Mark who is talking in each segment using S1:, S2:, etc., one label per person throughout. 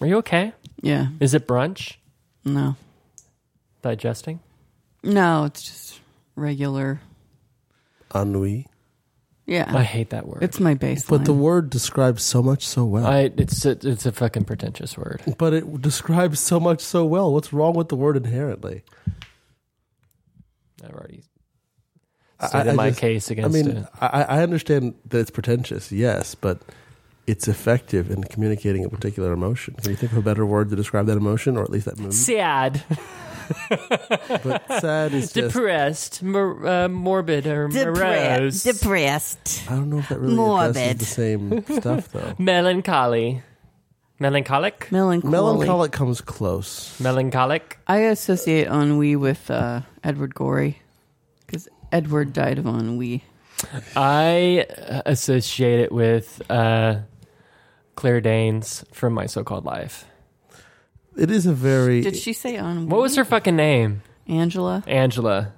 S1: Are you okay?
S2: Yeah.
S1: Is it brunch?
S2: No.
S1: Digesting?
S2: No, it's just regular.
S3: Ennui. Ah.
S2: Yeah.
S1: I hate that word.
S2: it's my baseline.
S3: But the word describes so much so well.
S1: I it's a, it's a fucking pretentious word.
S3: but it describes so much so well. What's wrong with the word inherently?
S1: I've already
S3: I-
S1: stated
S3: I
S1: my
S3: just-
S1: case uh,
S3: I
S1: against
S3: mean, um,
S1: it.
S3: I, I understand that it's pretentious, yes, but it's effective in communicating a particular emotion. Can you think of a better word to describe that emotion, or at least that mood?
S1: Sad,
S3: but sad is just.
S1: depressed, mor- uh, morbid, or morose,
S4: Depre- depressed.
S3: I don't know if that really addresses
S4: Morbid.
S3: the same stuff, though.
S1: melancholy, melancholic,
S2: melancholy.
S3: Melancholic comes close.
S1: melancholic.
S2: I associate ennui with uh, Edward Gorey because Edward died of ennui.
S1: I uh, associate it with uh, Claire Danes from My So-Called Life.
S3: It is a very.
S2: Did she say ennui?
S1: What was her fucking name?
S2: Angela?
S1: Angela.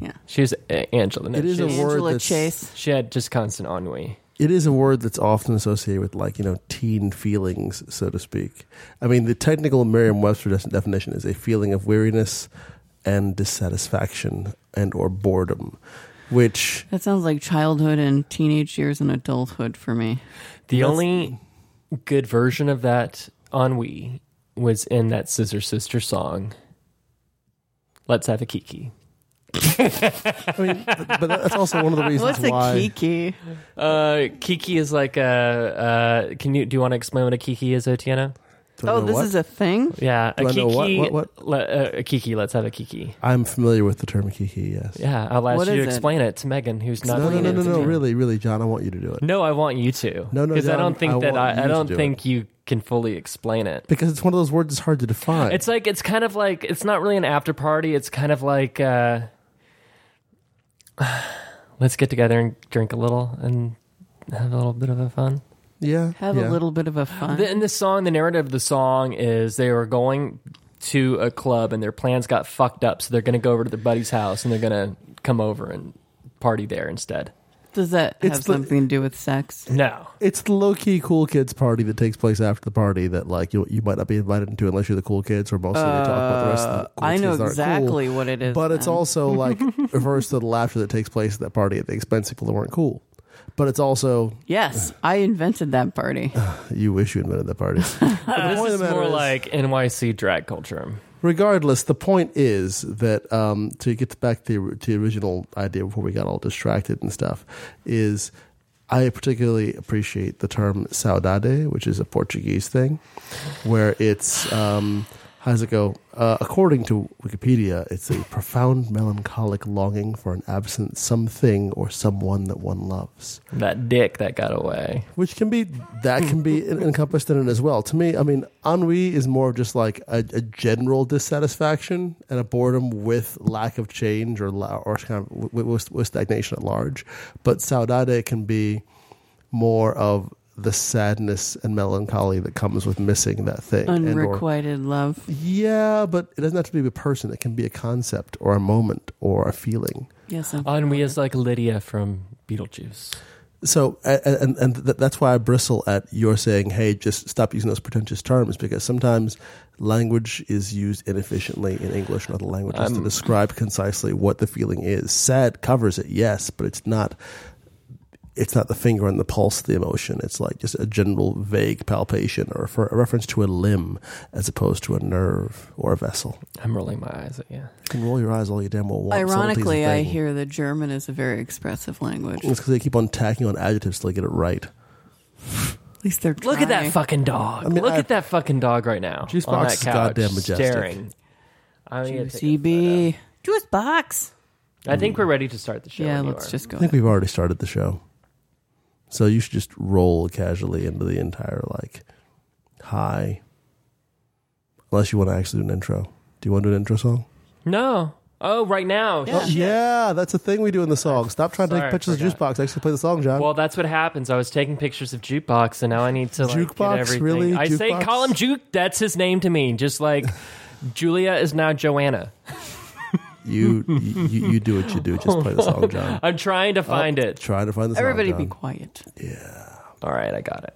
S2: Yeah.
S1: She was uh, Angela. No,
S3: It is
S1: she,
S3: a
S1: was-
S3: word
S2: Angela
S3: that's-
S2: Chase.
S1: she had just constant ennui.
S3: it is a word that's often associated with like you know teen feelings so to speak i mean the technical merriam-webster des- definition is a feeling of weariness and dissatisfaction and or boredom which
S2: That sounds like childhood and teenage years and adulthood for me.
S1: The only good version of that ennui was in that Scissor Sister song. Let's have a kiki.
S3: i mean but, but that's also one of the reasons
S2: What's a
S3: why
S2: kiki?
S1: Uh, kiki is like a. Uh, can you do you want to explain what a kiki is, Otiana?
S3: Don't
S2: Oh,
S3: know
S2: this
S3: what.
S2: is a thing?
S1: Yeah, a
S3: Do I know what-
S1: kiki.
S3: what- what?
S1: le- uh, a kiki. Let's have a kiki.
S3: i'm familiar with the term kiki yes
S1: Yeah, I'll ask
S2: What
S1: you to
S2: is it?
S1: explain it to Megan, who's not.
S3: no no
S1: doing
S3: no
S1: it
S3: no
S1: to
S3: no
S1: me.
S3: really really john i want you to do it
S1: No, I want you to.
S3: No, no,
S1: because I
S3: John,
S1: don't think
S3: I
S1: that
S3: want you
S1: I, I
S3: to
S1: don't
S3: do
S1: think you can fully explain it.
S3: because it's one of those words that's hard to define
S1: It's like it's kind of like it's not really an after party. It's kind of like uh, let's get together and drink a little and have a little bit of a fun.
S3: yeah
S2: Have a
S3: yeah.
S2: little bit of a fun.
S1: The, in the song, the narrative of the song is they were going to a club and their plans got fucked up, so they're going to go over to their buddy's house and they're going to come over and party there instead.
S2: Does that
S3: It's
S2: have
S3: the-
S2: something to do with sex?
S1: No,
S3: it's the low key cool kids party that takes place after the party that like you you might not be invited into unless you're the cool kids or mostly they talk about the rest of the cool
S2: Uh, I know
S3: kids that aren't cool.
S2: exactly what it is.
S3: But it's
S2: then.
S3: also like reverse to the laughter that takes place at that party at the expense of people that weren't cool. But it's also
S2: Yes, I invented that party.
S3: you wish you invented that party. But
S1: this
S3: the point of the
S1: is
S3: matter
S1: more
S3: is-
S1: like NYC drag culture.
S3: regardless, the point is that um, to get back to the, to the original idea before we got all distracted and stuff is I particularly appreciate the term saudade, which is a Portuguese thing, where it's um, how does it go? Uh, according to Wikipedia, it's a profound melancholic longing for an absent something or someone that one loves
S1: That dick that got away.
S3: which can be that can be en- encompassed in it as well. To me, I mean, ennui is more of just like a, a general dissatisfaction and a boredom with lack of change or la- or kind of with, with, with stagnation at large. But saudade can be more of the sadness and melancholy that comes with missing that thing. and or-
S2: Unrequited love.
S3: yeah, but it doesn't have to be a person. It can be a concept or a moment or a feeling.
S2: Yes,
S1: Ennui is like Lydia from Beetlejuice.
S3: So, a- a- and, and th- that's why I bristle at your saying, hey, just stop using those pretentious terms, because sometimes language is used inefficiently in English and other languages
S2: Um,
S3: to describe concisely what the feeling is. Sad covers it, yes, but it's not. It's not the finger on the pulse of the emotion. It's like just a general vague palpation or for a reference to a limb as opposed to a nerve or a vessel.
S1: I'm rolling my eyes at you.
S3: You can roll your eyes all you damn well want.
S2: Ironically, I
S3: hear.
S2: hear that German is a very expressive language.
S3: It's because they keep on tacking on adjectives till they get it right.
S2: At least they're
S1: Look at that
S2: trying.
S1: fucking dog.
S3: I mean,
S1: Look
S3: I-
S1: at that fucking dog right now.
S3: Juice
S1: on that
S3: box is
S1: couch,
S3: goddamn majestic.
S1: Staring. I'm gonna take a photo.
S2: CB.
S4: Juice box.
S1: I think we're ready to start the show.
S2: Yeah,
S1: when you
S2: let's
S1: are.
S2: just go.
S3: I think we've already started the show. So you should just roll casually into the entire like hi. Unless you want to actually do an intro. Do you want to do an intro song?
S1: No. Oh, right now.
S3: Oh, yeah, that's a thing we do in the song. Stop trying to
S1: Sorry,
S3: take
S1: I
S3: pictures of
S1: forgot.
S3: Juicebox. Actually play the song, John.
S1: Well, that's what happens. I was taking pictures of jukebox, and now I need to like,
S3: Jukebox?
S1: Get everything.
S3: Really?
S1: I say,
S3: Jukebox?
S1: call him Juke. That's his name to me. Just like Julia is now Joanna.
S3: you, you you do what you do. Just play the song, John.
S1: I'm trying to find it.
S3: Try to find the song.
S2: Everybody be
S3: John.
S2: quiet.
S1: All right, I got it.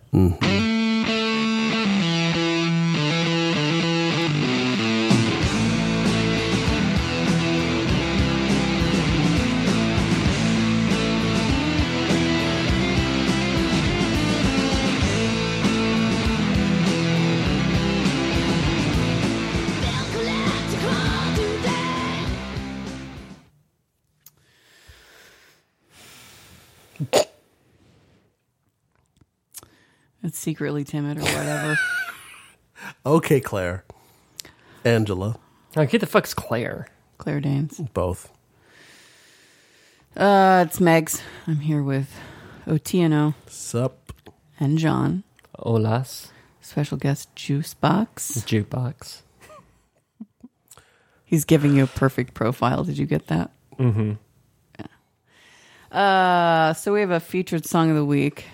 S2: that's secretly timid or whatever.
S3: Okay, Claire. Angela.
S1: Like, who the fuck's Claire?
S2: Claire Danes.
S3: Both.
S2: Uh, it's Megs. I'm here with Otieno
S3: Sup.
S2: and John.
S1: Olas
S2: Special guest Juice Box.
S1: jukebox.
S2: He's giving you a perfect profile. Did you get that? Mm-hmm. Uh, so we have a featured song of the week.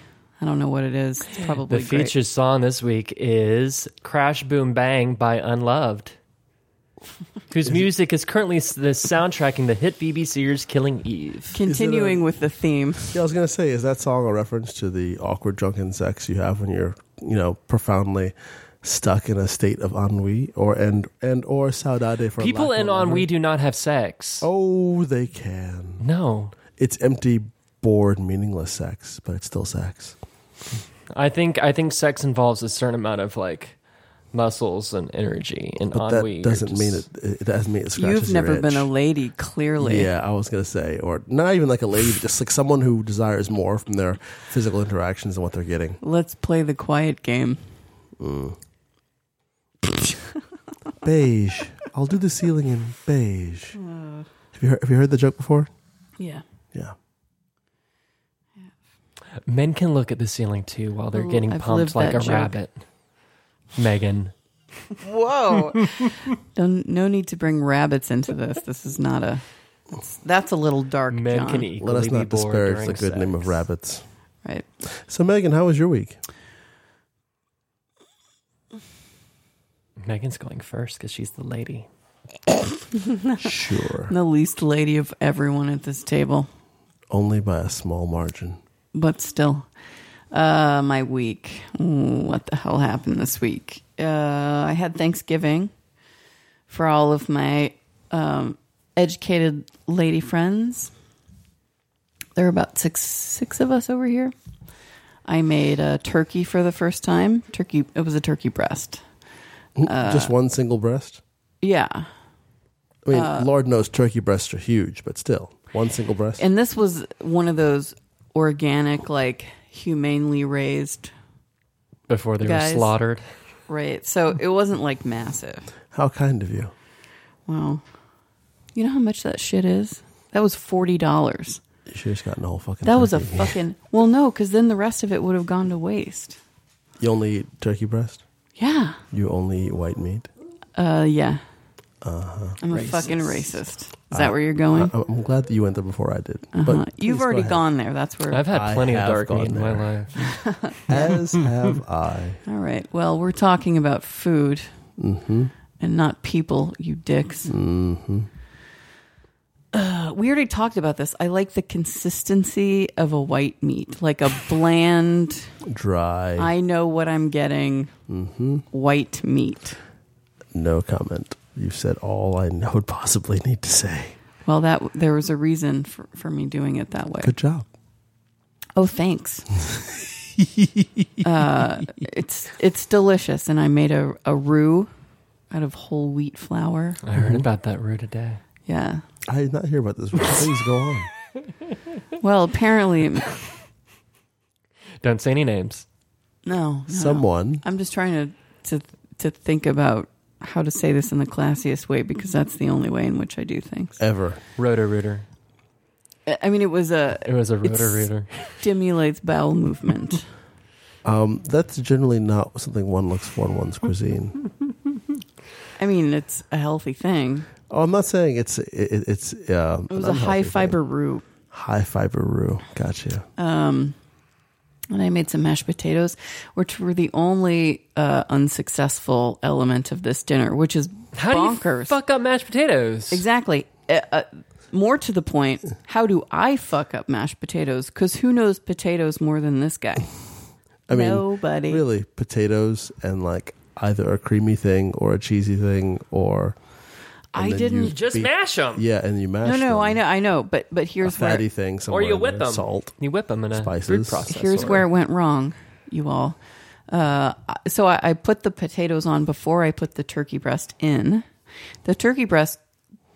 S2: I don't know what it is. It's probably
S1: The
S2: great.
S1: featured song this week is "Crash Boom Bang" by Unloved, whose music is currently s- the soundtracking the hit BB series "Killing Eve."
S2: Continuing with the theme.
S3: Yeah, I was gonna say, is that song a reference to the awkward drunken sex you have when you're, you know, profoundly stuck in a state of ennui or and and or saudade for
S1: People
S3: lack
S1: in
S3: of a
S1: on
S3: word?
S1: We do not have sex.
S3: Oh, they can.
S1: No,
S3: It's empty, bored, meaningless sex, but it's still sex.
S1: I think I think sex involves a certain amount of like muscles and energy and
S3: But
S1: ennui.
S3: that
S1: You're
S3: doesn't
S1: just-
S3: mean it. It doesn't mean it scratches
S2: You've
S3: your
S2: never been
S3: itch.
S2: a lady, clearly.
S3: Yeah, I was gonna say, or not even like a lady, but just like someone who desires more from their physical interactions than what they're getting.
S2: Let's play the quiet game.
S3: Beige. I'll do the ceiling in beige. Have you heard, have you heard the joke before?
S2: Yeah.
S3: Yeah.
S1: Men can look at the ceiling too while they're
S2: Ooh,
S1: getting
S2: I've
S1: pumped
S2: lived
S1: like a
S2: that joke.
S1: rabbit. Megan,
S4: Whoa.
S2: Don't, no need to bring rabbits into this. This is not a. That's, that's a little dark,
S1: men
S2: John.
S1: can equally
S3: Let us
S1: be
S3: not
S1: bored
S3: disparage
S1: during
S3: the good
S1: sex.
S3: name of rabbits.
S2: Right.
S3: So, Megan, how was your week?
S1: Megan's going first because she's the lady.
S3: sure,
S2: The least lady of everyone at this table,
S3: only by a small margin.
S2: but still. Uh, my week. Ooh, what the hell happened this week? Uh, I had Thanksgiving for all of my um, educated lady friends. There were about six six of us over here. I made a turkey for the first time. Turkey. It was a turkey breast. Uh,
S3: Just one single breast.
S2: Yeah,
S3: I mean,
S2: uh,
S3: Lord knows turkey breasts are huge, but still, one single breast.
S2: And this was one of those organic, like humanely raised,
S1: Before they
S2: Guys.
S1: were slaughtered.
S2: right? So it wasn't like massive.
S3: how kind of you.
S2: Wow. You know how much that shit is? That was $40.
S3: You should have just gotten a whole fucking.
S2: That was a
S3: turkey.
S2: fucking. Well, no, because then the rest of it would have gone to waste.
S3: You only eat turkey breast.
S2: Yeah.
S3: You only eat white meat.
S2: Uh, yeah. Uh-huh. I'm a fucking racist. Is that where you're going?
S3: I, I'm glad that you went there before I did.
S2: Uh,
S3: uh, But
S2: You've
S3: please go
S2: already
S3: ahead.
S2: gone there. That's where.
S1: I've
S3: I
S1: had plenty of
S3: have
S1: dark
S3: gone
S1: meat in my
S3: there.
S1: life.
S3: As have I.
S2: All right. Well, we're talking about food
S3: Mm-hmm.
S2: and not people, you dicks.
S3: Mm-hmm.
S2: Uh, we already talked about this. I like the consistency of a white meat, like a bland,
S3: Dry.
S2: I know what I'm getting
S3: mm-hmm.
S2: white meat.
S3: No comment. You said all I know would possibly need to say.
S2: Well, that there was a reason for, for me doing it that way.
S3: Good job.
S2: Oh, thanks. uh, it's it's delicious, and I made a, a roux out of whole wheat flour.
S1: I heard about that roux today.
S2: Yeah.
S3: I did not hear about this. Please go on.
S2: Well, apparently, no,
S1: Don't say any names.
S2: no.
S3: Someone.
S2: I'm just trying to to to think about how to say this in the classiest way because that's the only way in which I do things.
S3: Ever.
S1: Rotor rooter.
S2: I- I mean, it was a
S1: It was a rotor
S2: It's-
S1: rooter.
S2: stimulates bowel movement.
S3: Um, that's generally not something one looks for in one's cuisine.
S2: I mean, it's a healthy thing.
S3: Oh, I'm not saying it's it, it's. Um,
S2: It was
S3: an
S2: a high
S3: unhealthy thing.
S2: fiber roux,
S3: High fiber roux. Gotcha.
S2: um, and I made some mashed potatoes, which were the only uh, unsuccessful element of this dinner, which is
S1: How do you
S2: bonkers.
S1: fuck up mashed potatoes?
S2: exactly. Uh, uh, more to the point, how do I fuck up mashed potatoes? Because who knows potatoes more than this guy?
S3: I mean,
S2: nobody.
S3: really potatoes and like either a creamy thing or a cheesy thing or and
S2: I
S3: then
S2: didn't-
S3: you
S1: Just
S3: beat-
S1: mash them.
S3: yeah and you mash
S2: No, no,
S3: them.
S2: I know, I know, but but
S3: a
S2: here's where
S3: fatty thing
S1: Or
S3: somewhere
S1: you
S3: in
S1: whip
S3: there,
S1: them.
S3: salt
S1: You whip them in a
S3: Spices.
S1: root process.
S2: here's
S1: or-
S2: where it went wrong, you all. Uh, so I, I put the potatoes on before I put the turkey breast in. The turkey breast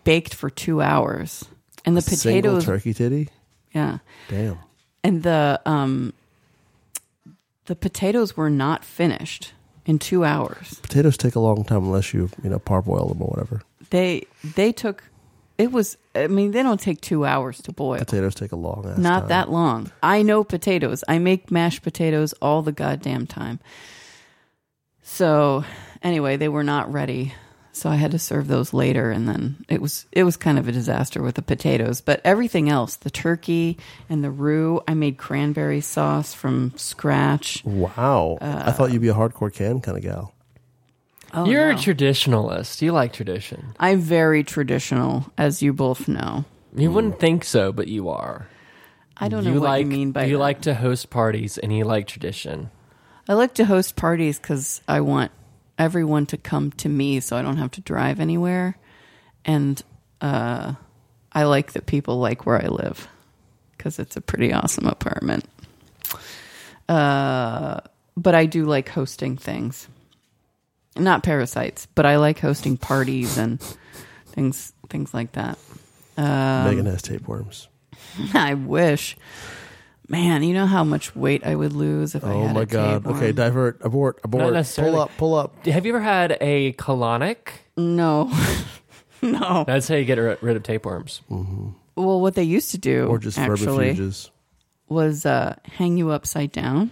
S2: baked for two hours, and the
S3: single
S2: potatoes,
S3: turkey titty
S2: yeah,
S3: damn
S2: and the um, The potatoes were not finished in two hours.
S3: Potatoes take a long time unless you you know parboil them or whatever.
S2: They they took it was I mean they don't take two hours to boil.
S3: Potatoes take a long ass
S2: Not
S3: time.
S2: that long. I know potatoes. I make mashed potatoes all the goddamn time. So, anyway, they were not ready. So I had to serve those later and then it was it was kind of a disaster with the potatoes, but everything else, the turkey and the roux, I made cranberry sauce from scratch.
S3: Wow, I thought you'd be a hardcore can kind of gal.
S2: Oh,
S1: You're
S2: no.
S1: a traditionalist. You like tradition.
S2: I'm very traditional as you both know.
S1: You wouldn't think so, but you are.
S2: Mm. I don't know what
S1: like,
S2: you mean by
S1: you
S2: that.
S1: like to host parties and you like tradition.
S2: I like to host parties because I want everyone to come to me so I don't have to drive anywhere. And uh, I like that people like where I live because it's a pretty awesome apartment. Uh, but I do like hosting things. Not parasites, but I like hosting parties and things things like that. um,
S3: Megan has tapeworms.
S2: I wish. Man, you know how much weight I would lose if I
S3: Oh
S2: had
S3: my
S2: a
S3: god.
S2: tapeworm?
S3: Okay, divert, abort, abort.
S1: necessarily.
S3: Pull up, pull up.
S1: Have you ever had a colonic?
S2: No. no.
S1: That's how you get ri- rid of tapeworms.
S2: Well, what they used to do
S3: Or just
S2: actually
S3: vermifuges.
S2: was uh, hang you upside down.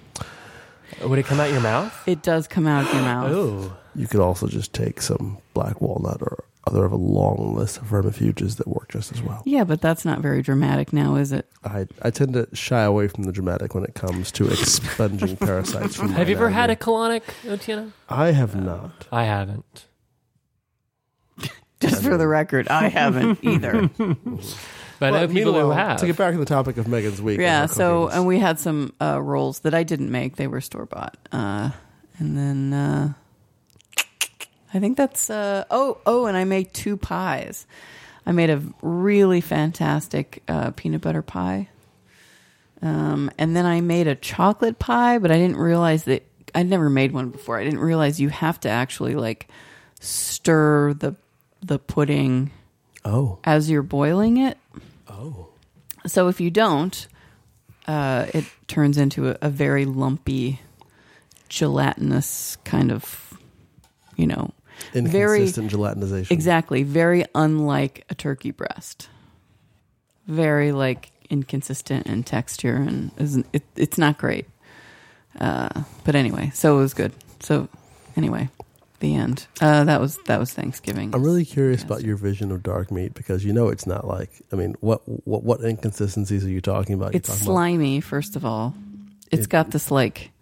S1: Would it come out your mouth?
S2: It does come out of your mouth.
S1: Oh,
S3: You could also just take some black walnut or other of a long list of vermifuges that work just as well.
S2: Yeah, but that's not very dramatic now, is it?
S3: I, I tend to shy away from the dramatic when it comes to expunging parasites from my
S1: Have you ever had a
S3: anatomy.
S1: colonic, Otiana?
S3: I have not.
S1: I haven't.
S2: Just for the record, I haven't either.
S1: But I know
S3: But
S1: people who
S3: meanwhile,
S1: have.
S3: To get back to the topic of Megan's week. and
S2: yeah,
S3: her
S2: so
S3: cookies.
S2: and we had some uh, rolls that I didn't make; they were store bought. Uh, and then uh, I think that's uh, oh oh, and I made two pies. I made a really fantastic uh, peanut butter pie, um, and then I made a chocolate pie. But I didn't realize that I'd never made one before. I didn't realize you have to actually like stir the the pudding
S3: oh,
S2: as you're boiling it.
S3: oh.
S2: So if you don't, uh, it turns into a, a very lumpy, gelatinous kind of, you know, very
S3: Inconsistent gelatinization.
S2: exactly very unlike a turkey breast. Very like inconsistent in texture and isn't it, it's not great. Uh, but anyway, so it was good. So anyway, the end. Uh, that was that was Thanksgiving.
S3: I'm really curious
S2: Yes.
S3: about your vision of dark meat because you know it's not like I mean what what what inconsistencies are you talking about? You're
S2: it's
S3: talking
S2: slimy first of all It's
S3: It-
S2: got this like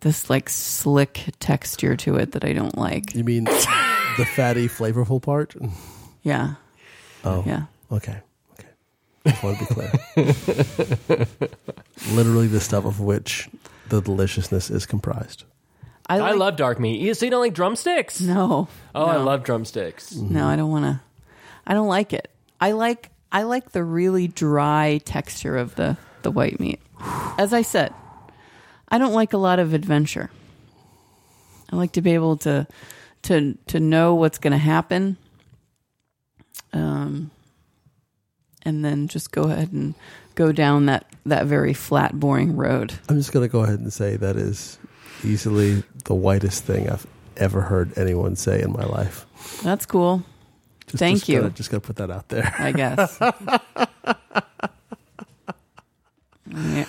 S2: this like slick texture to it that i don't like
S3: About, you mean the fatty, flavorful part?
S2: yeah
S3: Oh,
S2: yeah
S3: okay, okay. Just want to be clear. Literally the stuff of which the deliciousness is comprised.
S1: I,
S2: like-
S1: love dark meat. You- So you don't like drumsticks?
S2: no
S1: Oh, I
S2: no.
S1: love drumsticks.
S2: no i don't want to i don't like it i like i like the really dry texture of the the white meat as i said i don't like a lot of adventure i like to be able to to to know what's going to happen um and then just go ahead and go down that that very flat boring road
S3: I'm just gonna go ahead and say that is easily the whitest thing I've ever heard anyone say in my life.
S2: that's cool
S3: Just,
S2: Thank
S3: just gotta-
S2: you.
S3: just gonna put that out there.
S2: i guess I-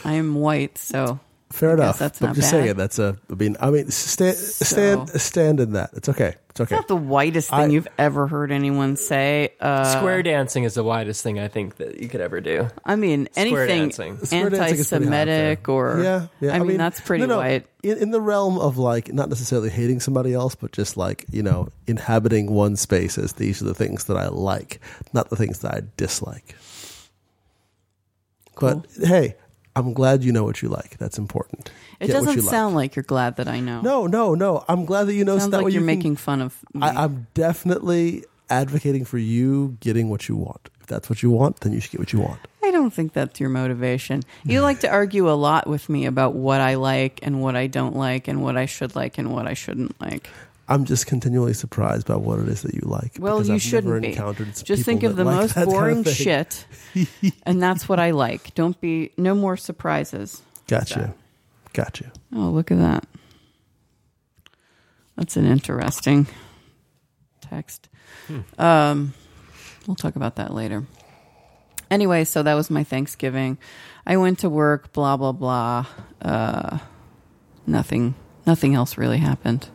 S2: i'm white so I
S3: Fair
S2: guess
S3: enough.
S2: that's
S3: but
S2: not
S3: just
S2: bad.
S3: saying it. That's a. I mean, I mean, stand, stand,
S2: So-
S3: stand in that. It's okay. It's okay.
S2: It's not the whitest thing
S3: I-
S2: you've ever heard anyone say. Uh,
S1: Square dancing is the widest thing I think that you could ever do.
S2: I mean,
S1: Square
S2: anything
S1: dancing.
S3: Square dancing is pretty high up there.
S2: anti-Semitic or
S3: yeah, yeah.
S2: I, mean, that's pretty
S3: no, no.
S2: white.
S3: In, in the realm of like not necessarily hating somebody else, but just like you know inhabiting one space as these are the things that I like, not the things that I dislike. But hey, I'm glad you know what you like. That's important.
S2: It
S3: Get what
S2: doesn't
S3: you like.
S2: sound like. you're glad that I know.
S3: No, no, no. I'm glad that you know. so
S2: sounds
S3: that way
S2: like you're
S3: you can-
S2: making fun of. Me.
S3: I, I'm definitely advocating for you getting what you want. If that's what you want, then you should get what you want.
S2: I don't think that's your motivation.
S3: Mm.
S2: You like to argue a lot with me about what I like and what I don't like and what I should like and what I shouldn't like.
S3: I'm just continually surprised by what it is that you like.
S2: Well,
S3: because
S2: you
S3: I've
S2: shouldn't
S3: never
S2: be.
S3: encountered s-
S2: Just
S3: people
S2: think of
S3: that
S2: the
S3: like
S2: most
S3: that kind of
S2: boring
S3: thing.
S2: shit, and that's what I like. Don't be no more surprises.
S3: Gotcha. Gotcha.
S2: Oh, look at that. That's an interesting text. Um, we'll talk about that later. Anyway, so that was my Thanksgiving. I went to work, blah blah blah. Uh, nothing, nothing else really happened.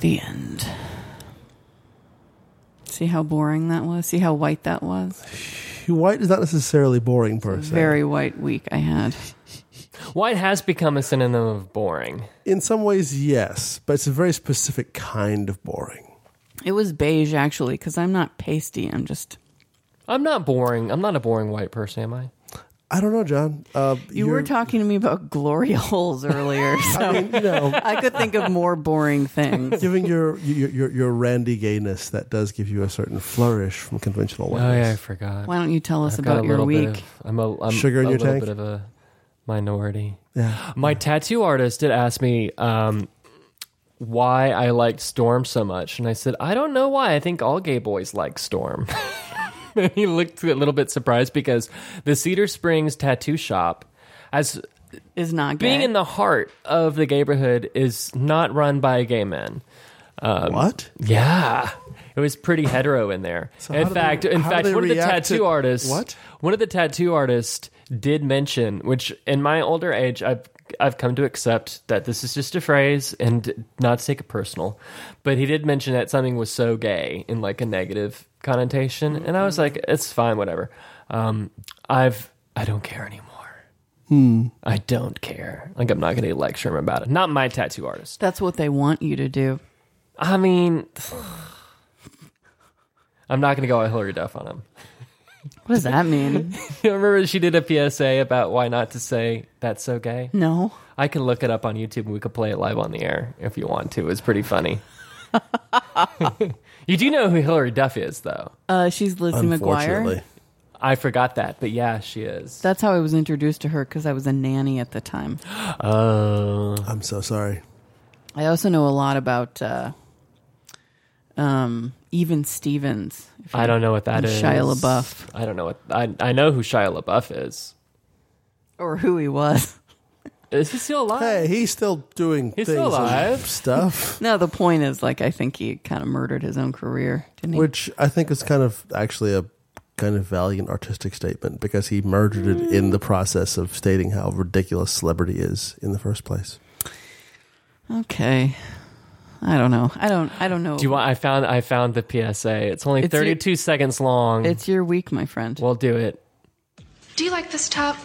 S2: The end. See how boring that was. See how white that was.
S3: White is not necessarily boring per se.
S2: Very white week I had.
S1: White has become a synonym of boring.
S3: In some ways, yes, but it's a very specific kind of boring.
S2: It was beige actually, because I'm not pasty. I'm just
S1: I'm not boring. I'm not a boring white person, am I?
S3: I don't know, John. Uh,
S2: You were
S3: you're-
S2: talking to me about glory holes earlier, so
S3: I mean, you know,
S2: I could think of more boring things.
S3: giving your your, your your randy gayness that does give you a certain flourish from conventional
S1: Oh yeah, I
S3: whiteness.
S1: forgot.
S2: Why don't you tell us
S1: I've got
S2: about
S1: a
S2: your
S1: little bit
S2: week?
S1: of- I'm a I'm
S3: Sugar in
S1: a
S3: your
S1: little
S3: tank?
S1: bit of a minority.
S3: yeah.
S1: My tattoo artist did ask me um, why I liked Storm so much, and I said, I don't know why. I think all gay boys like Storm. and he looked a little bit surprised because the Cedar Springs tattoo shop has
S2: Is not gay.
S1: being in the heart of the neighborhood is not run by gay men.
S3: what?
S1: Yeah. It was pretty hetero in there.
S3: So how
S1: in
S3: do they-
S1: fact, in
S3: how do
S1: fact,
S3: they
S1: one of the
S3: react
S1: tattoo
S3: to-
S1: artists,
S3: what?
S1: one of the tattoo artists did mention, which in my older age, I've I've come to accept that this is just a phrase and not to take it personal, but he did mention that something was so gay in like a negative connotation, and I was like,
S3: Mm-hmm.
S1: it's fine, whatever. Um, I've I don't care anymore.
S3: Hmm.
S1: I don't care. Like I'm not going to lecture him about it. Not my tattoo artist.
S2: That's what they want you to do.
S1: I mean, I'm not going to go all Hillary Duff on him.
S2: What does that mean?
S1: Remember, she did a PSA about why not to say that's so gay.
S2: no.
S1: I can look it up on YouTube. and We could play it live on the air if you want to. It's pretty funny. you do know who Hillary Duff is, though.
S2: Uh, she's Lizzie
S3: Unfortunately,
S2: McGuire.
S1: I forgot that, but yeah, she is.
S2: That's how I was introduced to her because I was a nanny at the time. Uh,
S1: Oh,
S3: I'm so sorry.
S2: I also know a lot about uh, um, Even Stevens. If
S1: I
S2: you-
S1: don't know what that
S2: And
S1: is.
S2: Shia LaBeouf.
S1: I don't know what I I know who Shia LaBeouf is.
S2: Or who he was.
S1: Is he still alive?
S3: Hey, he's still doing
S1: He's
S3: things
S1: still
S3: and
S1: alive.
S3: stuff,
S2: No, the point is, like, I think he kind of murdered his own career, didn't he?
S3: which I think is kind of actually a kind of valiant artistic statement because he murdered it in the process of stating how ridiculous celebrity is in the first place.
S2: Okay. I don't know. I don't. I don't know.
S1: Do you want? I found I found the PSA. It's only
S2: It's your-
S1: 32 seconds long.
S2: it's your week, my friend.
S1: we'll do it.
S5: Do you like this top?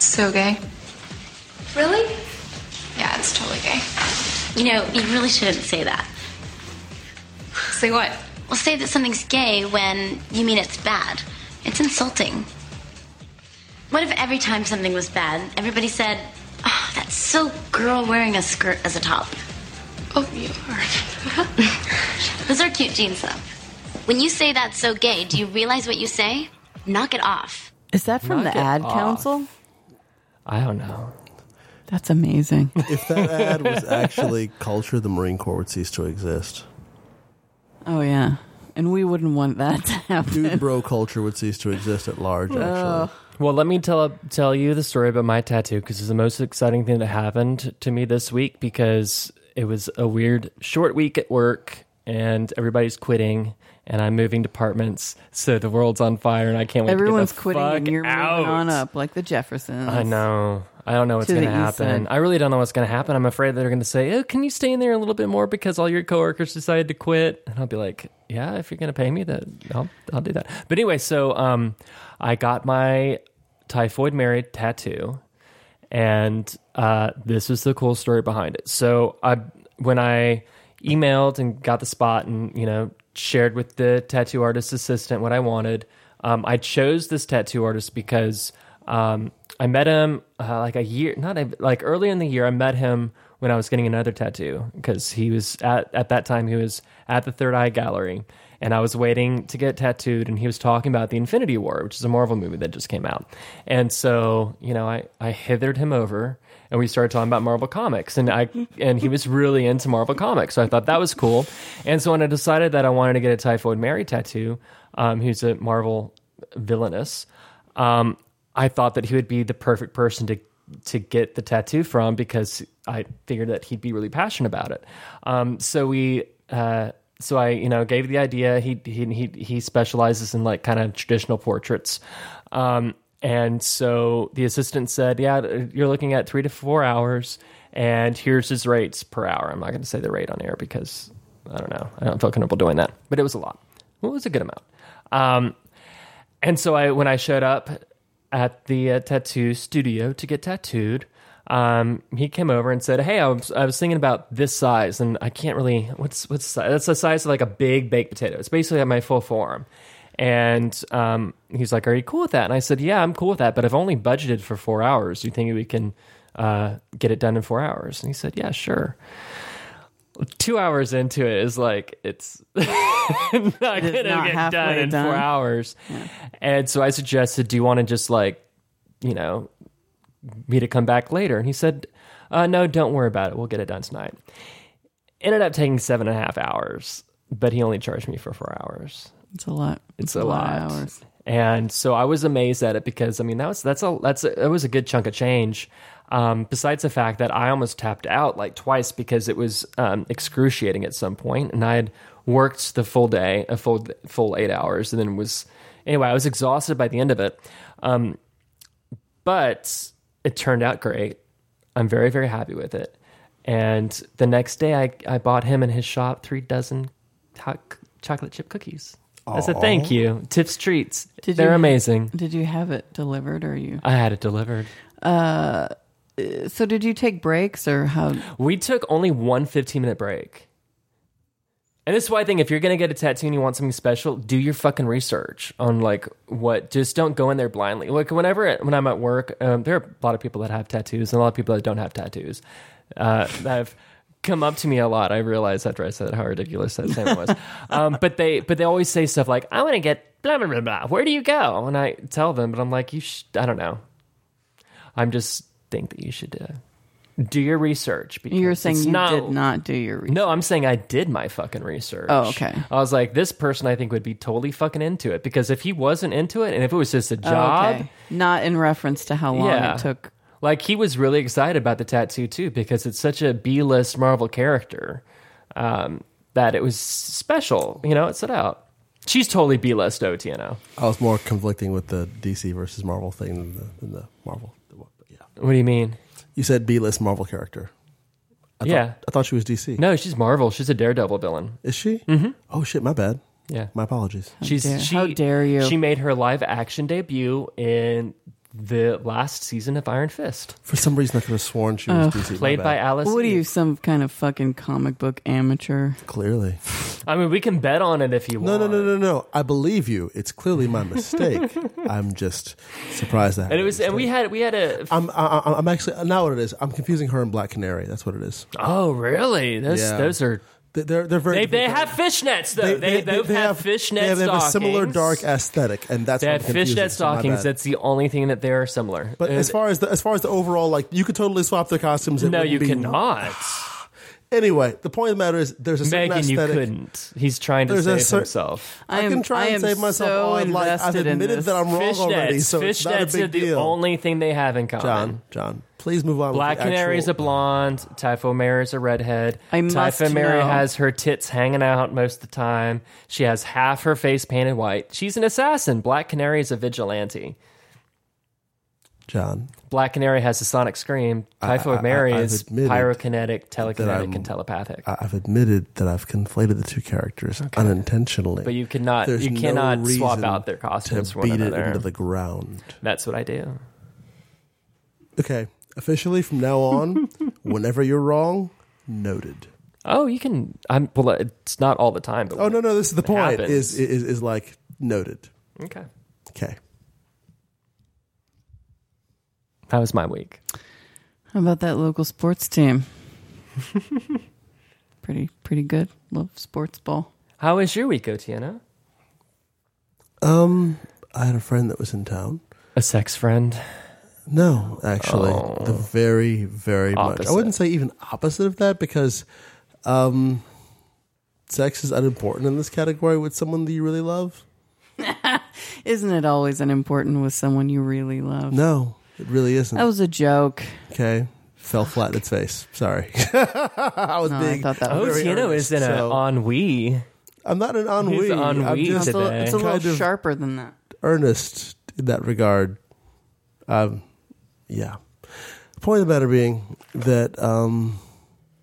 S6: So gay.
S5: Really?
S6: Yeah, it's totally gay.
S7: You know, you really shouldn't say that.
S6: Say what?
S7: Well, say that something's gay when you mean it's bad. It's insulting. What if every time something was bad, everybody said, oh, that's so girl wearing a skirt as a top?
S6: Oh, you are.
S7: Those are cute jeans, though. When you say that's so gay, do you realize what you say? Knock it off.
S2: Is that from
S1: Knock
S2: the
S1: it
S2: ad
S1: off.
S2: council?
S1: I don't know.
S2: That's amazing.
S3: If that ad was actually culture, the Marine Corps would cease to exist.
S2: oh yeah, and we wouldn't want that to happen.
S3: Dude, bro culture would cease to exist at large. Actually,
S1: Well, let me tell tell you the story about my tattoo because it's the most exciting thing that happened to me this week because it was a weird short week at work and everybody's quitting and I'm moving departments, so the world's on fire and I can't wait.
S2: Everyone's
S1: to get the
S2: quitting,
S1: fuck
S2: and you're
S1: out.
S2: moving on up like the Jeffersons.
S1: I know. I don't know what's
S2: To the
S1: going to
S2: east
S1: happen.
S2: side.
S1: I really don't know what's going to happen. I'm afraid they're going to say, "Oh, can you stay in there a little bit more because all your coworkers decided to quit?" And I'll be like, "Yeah, if you're going to pay me, that I'll I'll do that." But anyway, so um, I got my typhoid Mary tattoo, and uh, this is the cool story behind it. So I when I emailed and got the spot and you know shared with the tattoo artist assistant what I wanted. Um, I chose this tattoo artist because um, I met him uh, like a year, not a, like early in the year. I met him when I was getting another tattoo because he was at at that time he was at the Third Eye Gallery, and I was waiting to get tattooed, and he was talking about the Infinity War, which is a Marvel movie that just came out, and so you know I I hithered him over, and we started talking about Marvel comics, and I and he was really into Marvel comics, so I thought that was cool, and so when I decided that I wanted to get a Typhoid Mary tattoo, um, who's a Marvel villainous, um, I thought that he would be the perfect person to to get the tattoo from because I figured that he'd be really passionate about it. Um, so we, uh, so I, you know, gave the idea. He he he, he specializes in like kind of traditional portraits. Um, and so the assistant said, "Yeah, you're looking at three to four hours, and here's his rates per hour." I'm not going to say the rate on air because I don't know. I don't feel comfortable doing that, but it was a lot. Well, it was a good amount. Um, and so I, when I showed up at the uh, tattoo studio to get tattooed, um, he came over and said, "Hey, I was, I was thinking about this size, and I can't really. What's what's the size? that's the size of like a big baked potato. It's basically my full form." And um, he's like, "Are you cool with that?" And I said, "Yeah, I'm cool with that, but I've only budgeted for four hours. Do you think we can uh, get it done in four hours?" And he said, "Yeah, sure." Two hours into it is like it's not gonna
S2: is not
S1: get done
S2: halfway
S1: in
S2: done.
S1: four hours, and so I suggested, "Do you want to just like, you know, me to come back later. And he said, uh, No, don't worry about it. We'll get it done tonight. Ended up taking seven and a half hours, but he only charged me for four hours.
S2: It's a lot.
S1: It's, a, lot.
S2: of hours.
S1: And so I was amazed at it because I mean that was that's a that's a, that was a good chunk of change. Um, besides the fact that I almost tapped out like twice because it was um, excruciating at some point, and I had worked the full day, a full full eight hours, and then was anyway I was exhausted by the end of it. Um, but it turned out great. I'm very very happy with it. And the next day, I I bought him in his shop three dozen hot c- chocolate chip cookies. As a thank you, Tips Treats.
S2: Did
S1: They're
S2: you-
S1: amazing.
S2: Did you have it delivered or you?
S1: I had it delivered.
S2: So did you take breaks or how?
S1: We took only one 15 minute break. And this is why I think if you're going to get a tattoo and you want something special, do your fucking research on like what, just don't go in there blindly. Like whenever, when I'm at work, um, there are a lot of people that have tattoos and a lot of people that don't have tattoos uh, that have come up to me a lot. I realized after I said how ridiculous that statement was. um, but they, but they always say stuff like, I want to get blah, blah, blah, blah. Where do you go? And I tell them, but I'm like, you, sh- I don't know. I'm just think that you should uh, do your research. Because
S2: You were saying
S1: it's
S2: you
S1: not,
S2: did not do your research.
S1: No, I'm saying I did my fucking research.
S2: Oh, okay.
S1: I was like, this person I think would be totally fucking into it because if he wasn't into it and if it was just a
S2: Oh,
S1: job,
S2: okay. Not in reference to how long
S1: Yeah.
S2: it took.
S1: like he was really excited about the tattoo too because it's such a B-list Marvel character um, that it was special. You know, it set out. She's totally B-list OTNO.
S3: I was more conflicting with the DC versus Marvel thing than the, than the Marvel. Yeah.
S1: What do you mean?
S3: You said B list Marvel character. I thought,
S1: Yeah.
S3: I thought she was DC.
S1: No, she's Marvel. She's a Daredevil villain.
S3: Is she? Mm-hmm. Oh, shit. My bad.
S1: Yeah.
S3: My apologies.
S1: She's
S2: dare-
S1: she,
S2: how dare you.
S1: She made her live action debut in the last season of Iron Fist,
S3: For some reason, I could have sworn she was DC. My
S1: played by
S3: bad.
S1: Alice.
S2: What are you,
S1: Eve.
S2: some kind of fucking comic book amateur?
S3: Clearly.
S1: I mean, we can bet on it if you
S3: No,
S1: want.
S3: no, no, no, no. I believe you. It's clearly my mistake. I'm just surprised that.
S1: And it was, and we had, we had a.
S3: I'm, I, I- I'm actually now what it is. I'm confusing her and Black Canary. That's what it is.
S1: oh, really? Those,
S3: Yeah.
S1: those are.
S3: They- They're they're very.
S1: They, they have fishnets though. They they, both have, fishnet
S3: They have, they have
S1: stockings.
S3: a similar dark aesthetic, and that's
S1: They
S3: what
S1: had
S3: I'm confusing,
S1: fishnet
S3: so my
S1: stockings.
S3: bad.
S1: That's the only thing that they are similar.
S3: but
S1: And-
S3: as far as the, as far as the overall, like you could totally swap their costumes. It
S1: no,
S3: wouldn't
S1: you
S3: be-
S1: cannot,
S3: Anyway, the point of the matter is, there's a certain
S1: Megan. You
S3: aesthetic.
S1: couldn't. He's trying to
S3: There's a
S1: save
S3: cer-
S1: himself.
S3: I,
S2: I am-
S3: can try
S2: I
S3: and
S2: am
S3: save myself
S2: so
S3: all I'd like. I've
S2: invested in
S3: admitted
S2: this.
S3: that I'm wrong
S1: Fishnets.
S3: already, so it's not a
S1: fishnets
S3: big
S1: are the
S3: deal.
S1: only thing they have in common.
S3: John, John, please move on.
S1: Black
S3: with the
S1: Canary is
S3: actual-
S1: a blonde. Typho Mare is a redhead.
S2: I must
S1: Typho Mare
S2: know.
S1: has her tits hanging out most of the time. She has half her face painted white. She's an assassin. Black Canary is a vigilante.
S3: John.
S1: Black Canary has a sonic scream. Typho
S3: I-
S1: Mare
S3: I've
S1: is
S3: admitted
S1: pyrokinetic,
S3: I'm-
S1: telekinetic, and telepathic.
S3: I- I've admitted that I've conflated the two characters unintentionally.
S1: But you cannot-
S3: There's
S1: you cannot
S3: no
S1: swap
S3: reason
S1: out their costumes
S3: to
S1: for one
S3: beat it
S1: another.
S3: into the ground.
S1: That's what I do.
S3: Okay, officially from now on, whenever you're wrong, noted.
S1: Oh, you can. I'm. Well, it's not all the time. But
S3: Oh no, no, this is the
S1: it
S3: point.
S1: happens.
S3: Is, is is like noted.
S1: okay.
S3: Okay,
S1: That was my week.
S2: How about that local sports team? pretty, pretty good. Love sports ball.
S1: How was your week, Otiana?
S3: Um, I had a friend that was in town.
S1: A sex friend.
S3: No, actually, the very, very much. I
S1: Oh. Opposite.
S3: wouldn't say even opposite of that because um, sex is unimportant in this category with someone that you really love.
S2: Isn't it always unimportant with someone you really love?
S3: No, It really isn't.
S2: That was a joke.
S3: okay. Fell flat in its face. Sorry. I was
S2: No, I
S3: being.
S2: thought that
S1: Oh,
S2: was.
S3: very
S1: Tino
S3: earnest,
S1: is in an
S3: so-
S1: ennui.
S3: I'm not an ennui.
S1: He's
S3: I'm
S1: ennui
S3: just
S2: It's a, it's
S1: today.
S2: a little
S3: Kind of-
S2: sharper than that.
S3: earnest in that regard. Um, yeah. Point of the matter being that, um,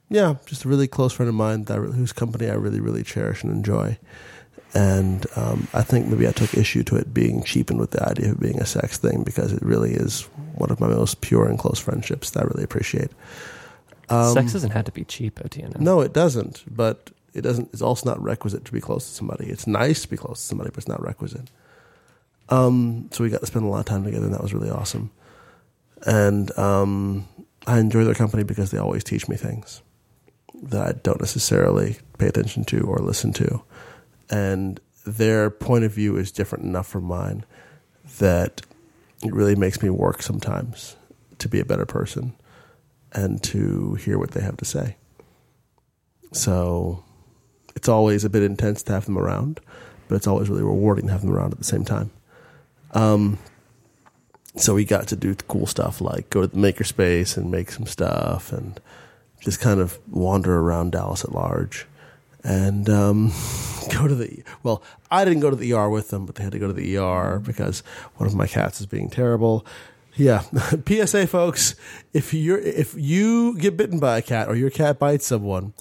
S3: yeah, just a really close friend of mine that I, re- whose company I really, really cherish and enjoy. And um, I think maybe I took issue to it being cheapened with the idea of being a sex thing because it really is one of my most pure and close friendships that I really appreciate.
S1: Sex doesn't have to be cheap, oh, Otieno.
S3: um, No, it doesn't. But it doesn't. It's also not requisite to be close to somebody. It's nice to be close to somebody, but it's not requisite. Um, so we got to spend a lot of time together, and that was really awesome. And um, I enjoy their company because they always teach me things that I don't necessarily pay attention to or listen to, and their point of view is different enough from mine that it really makes me work sometimes to be a better person and to hear what they have to say. So it's always a bit intense to have them around, but it's always really rewarding to have them around at the same time. Um, so we got to do cool stuff like go to the makerspace and make some stuff and just kind of wander around Dallas at large and um, go to the well i didn't go to the er with them but they had to go to the er because one of my cats is being terrible yeah psa folks if you're if you get bitten by a cat or your cat bites someone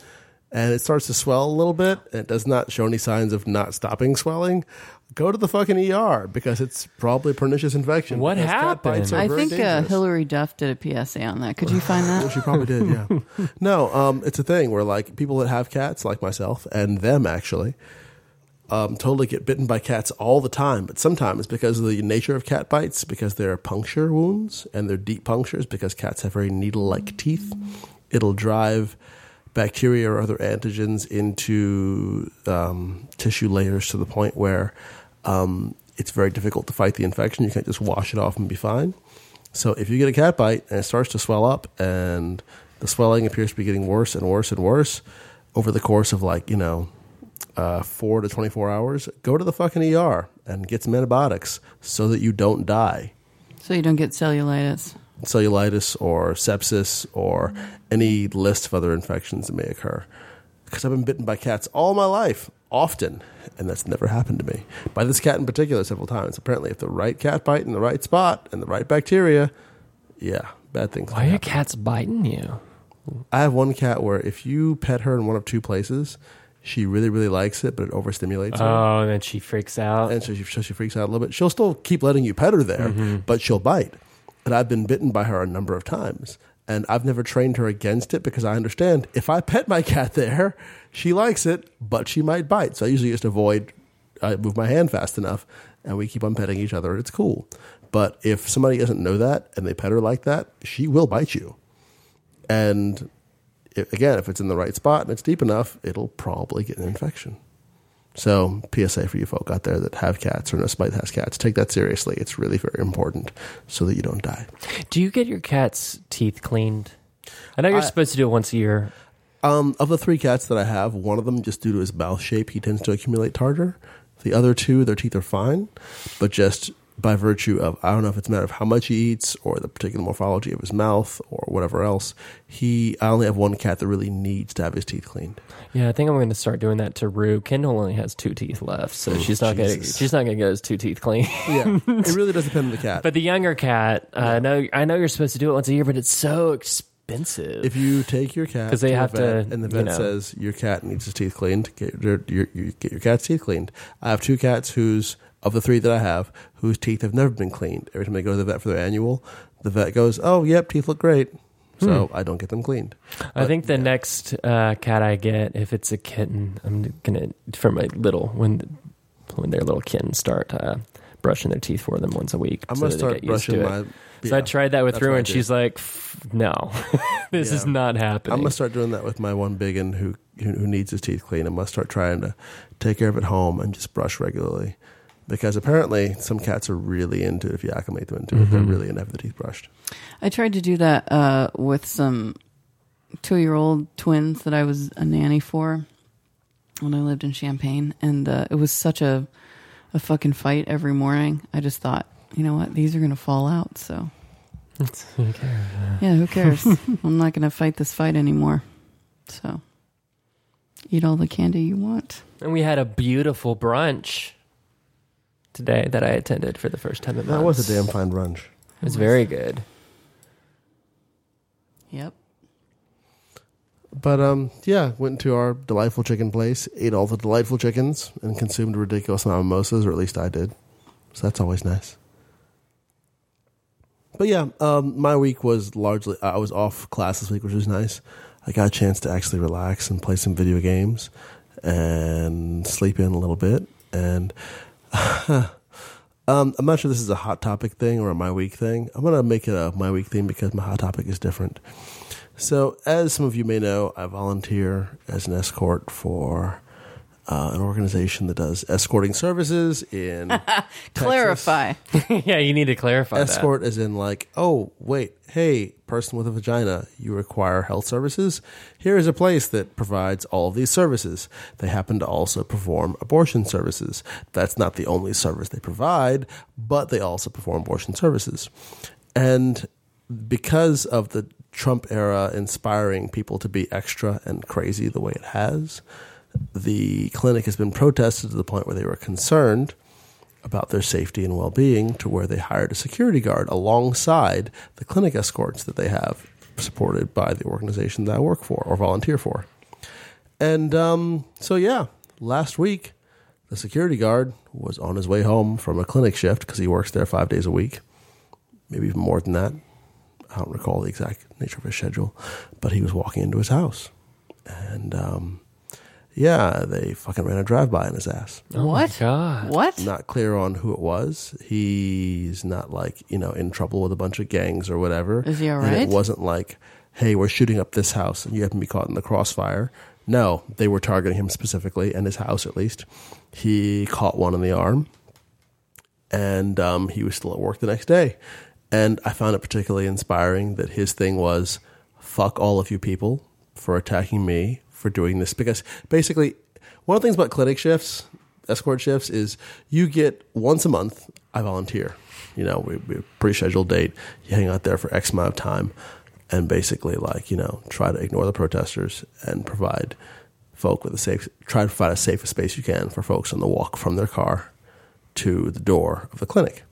S3: and it starts to swell a little bit and it does not show any signs of not stopping swelling go to the fucking er because it's probably a pernicious infection
S1: What
S3: Because cat bites
S1: happened?
S3: are
S2: I
S3: very
S2: think uh,
S3: dangerous.
S2: Hillary Duff did a PSA on that. Could you find
S3: Well,
S2: that?
S3: she probably did, yeah. No, um, it's a thing where like people that have cats, like myself and them actually, um, totally get bitten by cats all the time. But sometimes because of the nature of cat bites, because they're puncture wounds and they're deep punctures, because cats have very needle-like teeth, it'll drive bacteria or other antigens into um, tissue layers to the point where um, it's very difficult to fight the infection. You can't just wash it off and be fine. So if you get a cat bite and it starts to swell up and the swelling appears to be getting worse and worse and worse over the course of like, you know, uh, four to 24 hours, go to the fucking ER and get some antibiotics so that you don't die.
S2: so you don't get cellulitis.
S3: Cellulitis or sepsis or any list of other infections that may occur. Because I've been bitten by cats all my life, often, and that's never happened to me. By this cat in particular, several times. Apparently, if the right cat bite in the right spot and the right bacteria, yeah, bad things. can
S1: Why are your
S3: happen.
S1: cats biting you?
S3: I have one cat where if you pet her in one of two places, she really, really likes it, but it overstimulates her.
S1: Oh, and then she freaks out.
S3: And so she, so she freaks out a little bit. She'll still keep letting you pet her there, but she'll bite. And I've been bitten by her a number of times. And I've never trained her against it because I understand if I pet my cat there, she likes it, but she might bite. So I usually just avoid, I move my hand fast enough and we keep on petting each other. It's cool. But if somebody doesn't know that and they pet her like that, she will bite you. And i again, if it's in the right spot and it's deep enough, it'll probably get an infection. So, PSA for you folk out there that have cats or know somebody that has cats, take that seriously. It's really very important so that you don't die.
S1: Do you get your cat's teeth cleaned? I know you're supposed to do it once a year.
S3: Um, of the three cats that I have, one of them, just due to his mouth shape, he tends to accumulate tartar. The other two, their teeth are fine, but just by virtue of, I don't know if it's a matter of how much he eats or the particular morphology of his mouth or whatever else, he, I only have one cat that really needs to have his teeth cleaned.
S1: Yeah, I think I'm going to start doing that to Rue. Kendall only has two teeth left, so she's not going to
S3: Oh, Jesus.
S1: she's not going to get his two teeth clean.
S3: Yeah. it really does depend on the cat.
S1: but the younger cat, uh, I know I know you're supposed to do it once a year, but it's so expensive.
S3: if you take your cat
S1: 'Cause they
S3: a
S1: have
S3: vet
S1: to,
S3: and the
S1: you
S3: vet
S1: know.
S3: says your cat needs his teeth cleaned, get your, your, you get your cat's teeth cleaned. I have two cats whose of the three that I have whose teeth have never been cleaned. Every time they go to the vet for their annual, the vet goes, "Oh, yep, teeth look great." So I don't get them cleaned.
S1: Hmm. I think the next uh, cat I get, if it's a kitten, I'm gonna for my little when when their little kittens start uh, brushing their teeth for them once a week.
S3: I'm
S1: so
S3: gonna
S1: that they
S3: start
S1: get used
S3: brushing
S1: to it.
S3: my.
S1: So I
S3: yeah.
S1: tried that with
S3: that's what
S1: Rue,
S3: I
S1: and
S3: do.
S1: she's like, "F- "No, this is
S3: Yeah.
S1: not happening."
S3: I'm gonna start doing that with my one biggin who who who needs his teeth cleaned. I'm gonna start trying to take care of it home and just brush regularly, because apparently some cats are really into it. If you acclimate them into it, they're really into having the teeth brushed.
S2: I tried to do that uh, with some two year old twins that I was a nanny for when I lived in Champaign. And uh, it was such a, a fucking fight every morning. I just thought, you know what? These are going to fall out. So Yeah, who cares? I'm not going to fight this fight anymore. So eat all the candy you want.
S1: And we had a beautiful brunch today that I attended for the first time in
S3: That was
S1: months.
S3: a damn fine brunch.
S1: It was very good.
S2: Yep.
S3: But um, yeah, went to our delightful chicken place, ate all the delightful chickens, and consumed a ridiculous amount of mimosas, or at least I did. So that's always nice. But yeah, um, my week was largely I was off class this week, which was nice. I got a chance to actually relax and play some video games and sleep in a little bit. And um, I'm not sure this is a hot topic thing or a my week thing. I'm gonna make it a my week thing because my hot topic is different. So, as some of you may know, I volunteer as an escort for uh, an organization that does escorting services in
S2: Clarify.
S1: yeah, you need to clarify
S3: escort, as in like, oh wait, hey, person with a vagina, you require health services. Here is a place that provides all of these services. They happen to also perform abortion services. That's not the only service they provide, but they also perform abortion services, and because of the Trump era inspiring people to be extra and crazy the way it has, the clinic has been protested to the point where they were concerned about their safety and well being to where they hired a security guard alongside the clinic escorts that they have supported by the organization that I work for or volunteer for. And um, so, yeah, last week, the security guard was on his way home from a clinic shift because he works there five days a week, maybe even more than that. I don't recall the exact nature of his schedule, but he was walking into his house. And um, yeah, they fucking ran a drive by in his ass
S1: that. Oh my
S2: what?
S1: God.
S2: What?
S3: not clear on who it was. He's not like, you know, in trouble with a bunch of gangs or whatever.
S2: Is he all
S3: And
S2: right?
S3: it wasn't like, hey, we're shooting up this house and you haven't been caught in the crossfire. No, they were targeting him specifically and his house at least. He caught one in the arm and um, he was still at work the next day. And I found it particularly inspiring that his thing was fuck all of you people for attacking me for doing this. Because basically, one of the things about clinic shifts, escort shifts, is you get once a month, I volunteer. You know, we, we pre scheduled date, you hang out there for X amount of time, and basically, like, you know, try to ignore the protesters and provide folk with a safe, try to provide a safe space you can for folks on the walk from their car to the door of the clinic.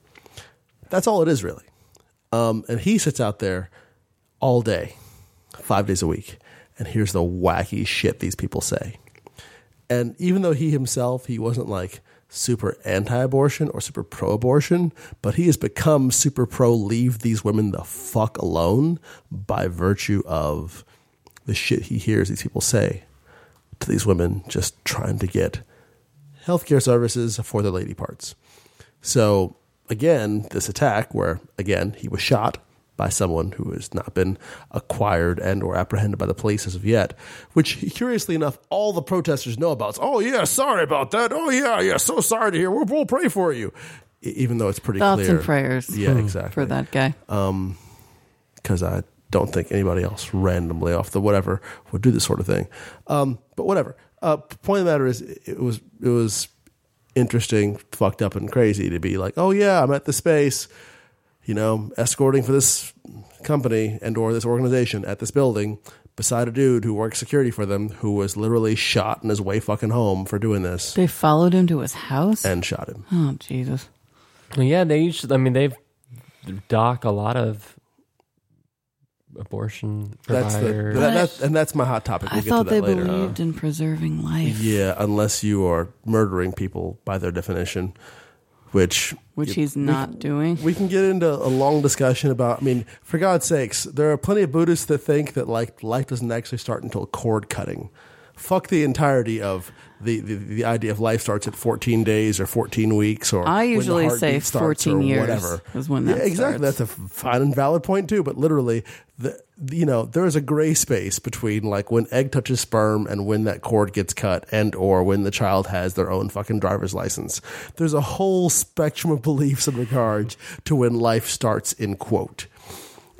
S3: That's all it is, really. Um, and he sits out there all day, five days a week. And here's the wacky shit these people say. And even though he himself, he wasn't like super anti abortion or super pro abortion, but he has become super pro leave these women the fuck alone by virtue of the shit he hears these people say to these women just trying to get healthcare services for their lady parts. So again, this attack where again he was shot by someone who has not been acquired and or apprehended by the police as of yet, which curiously enough, all the protesters know about. It's, oh yeah, sorry about that. Oh yeah, yeah, so sorry to hear. We'll, we'll pray for you, E- even though it's pretty
S2: Thoughts
S3: clear.
S2: and prayers Hmm.
S3: Yeah, exactly
S2: for that guy.
S3: because I don't think anybody else randomly off the whatever would do this sort of thing. Um, but whatever. Uh, point of the matter is, it was it was interesting, fucked up, and crazy to be like, oh yeah, I'm at the space, you know, escorting for this company and or this organization at this building beside a dude who works security for them who was literally shot in his way fucking home for doing this
S2: they followed him to his house?
S3: and shot him.
S2: oh, Jesus.
S1: Well, yeah, they usually, I mean, they've dock a lot of abortion
S3: That's the
S1: providers.
S3: that- that's- and that's my hot topic. We'll
S2: I
S3: get
S2: thought
S3: to
S2: they
S3: that later.
S2: believed in preserving life,
S3: Yeah, unless you are murdering people by their definition, which
S2: which he's not doing.
S3: we can get into a long discussion about. I mean, for God's sakes, there are plenty of Buddhists that think that like life doesn't actually start until cord cutting. Fuck the entirety of the, the, the idea of life starts at 14 days or 14 weeks or
S2: I
S3: when the
S2: usually say
S3: heartbeat starts
S2: 14
S3: or
S2: years
S3: whatever.
S2: is when that
S3: yeah, exactly
S2: starts.
S3: that's a fine and valid point too but literally the you know there is a gray space between like when egg touches sperm and when that cord gets cut and or when the child has their own fucking driver's license there's a whole spectrum of beliefs in regards to when life starts in quote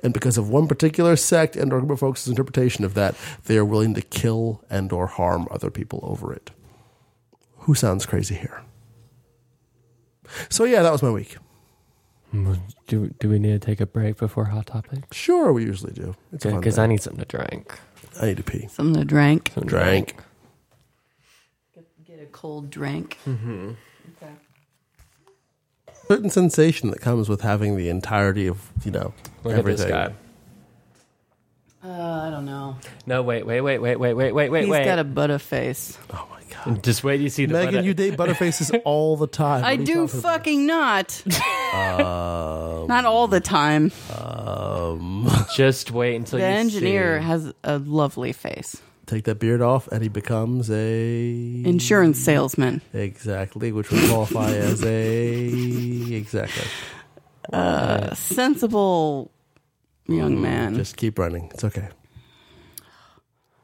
S3: and because of one particular sect and or group of folks' interpretation of that they are willing to kill and or harm other people over it who sounds crazy here so yeah that was my week
S1: Do, do we need to take a break before Hot Topic?
S3: Sure, we usually do. It's a fun
S1: Because
S3: thing.
S1: I need something to drink.
S3: I need to pee.
S2: Something to drink.
S1: Something to
S3: Drink.
S2: Get a cold drink.
S3: Hmm. Certain sensation that comes with having the entirety of you know
S1: Look
S3: everything.
S1: at this guy.
S2: Uh, I don't know.
S1: No, wait, wait, wait, wait, wait, wait, wait, wait,
S2: He's
S1: wait.
S2: got a butter face.
S3: Oh my god,
S1: Just wait, you see the
S3: Megan,
S1: butter-
S3: you date butterfaces all the time.
S2: I
S3: What are you
S2: do
S3: talking
S2: fucking not. not all the time.
S1: Just wait until
S2: The
S1: you
S2: engineer
S1: see.
S2: has a lovely face.
S3: about? Take that beard off, and he becomes a
S2: Insurance
S3: Mm.
S2: salesman.
S3: exactly, which would qualify as a exactly.
S2: A sensible young man.
S3: Mm, Just keep running. It's okay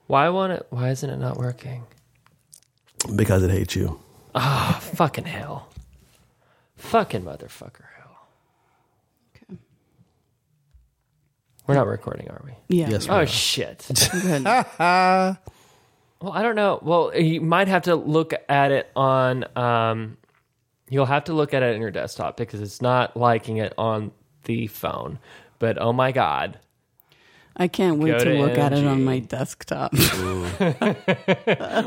S1: Why won't it? Why isn't it not working?
S3: because it hates you.
S1: Fucking hell. Fucking motherfucker hell.
S2: Okay.
S1: We're not recording, are we?
S2: yeah.
S3: Yes.
S1: Oh shit.
S2: Good.
S1: well, I don't know. Well, you might have to look at it on. Um, you'll have to look at it on your desktop because it's not liking it on the phone. But oh my god,
S2: I can't wait
S1: Go
S2: to,
S1: to
S2: look at it
S1: NG.
S2: on my desktop.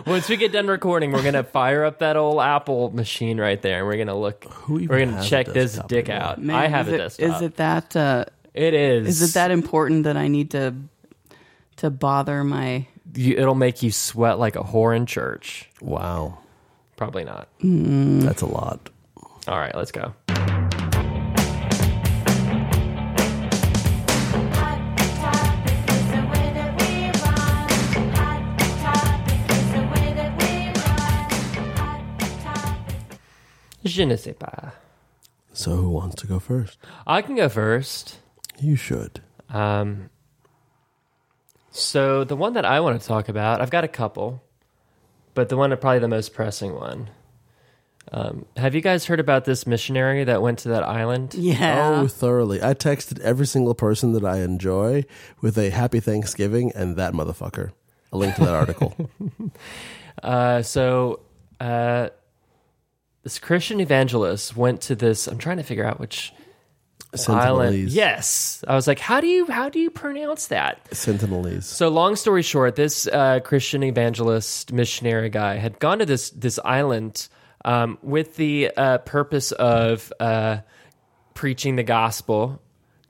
S1: once we get done recording, we're gonna fire up that old Apple machine right there, and we're gonna look.
S3: Who even
S1: we're gonna
S3: has a
S1: check this
S3: desktop
S1: dick
S3: anymore?
S1: out.
S2: Man,
S1: I have
S2: is
S1: a
S2: it-
S1: desktop.
S2: Is it that? Uh,
S1: it is.
S2: is it that important that I need to to bother my?
S1: You, it'll make you sweat like a whore in church.
S3: Wow,
S1: Probably not.
S2: Mm.
S3: that's a lot.
S1: All right, let's go. Je ne sais pas.
S3: So who wants to go first?
S1: I can go first.
S3: You should.
S1: Um, so the one that I want to talk about, I've got a couple, but the one uh, probably the most pressing one. Um, have you guys heard about this missionary that went to that island?
S2: Yeah.
S3: Oh, thoroughly. I texted every single person that I enjoy with a happy Thanksgiving and that motherfucker. A link to that article.
S1: Uh, so uh, this Christian evangelist went to this. I'm trying to figure out which island.
S3: Sentinelese.
S1: Yes, I was like, how do you how do you pronounce that?
S3: Sentinelese.
S1: So long story short, this uh, Christian evangelist missionary guy had gone to this this island um, with the uh, purpose of uh, preaching the gospel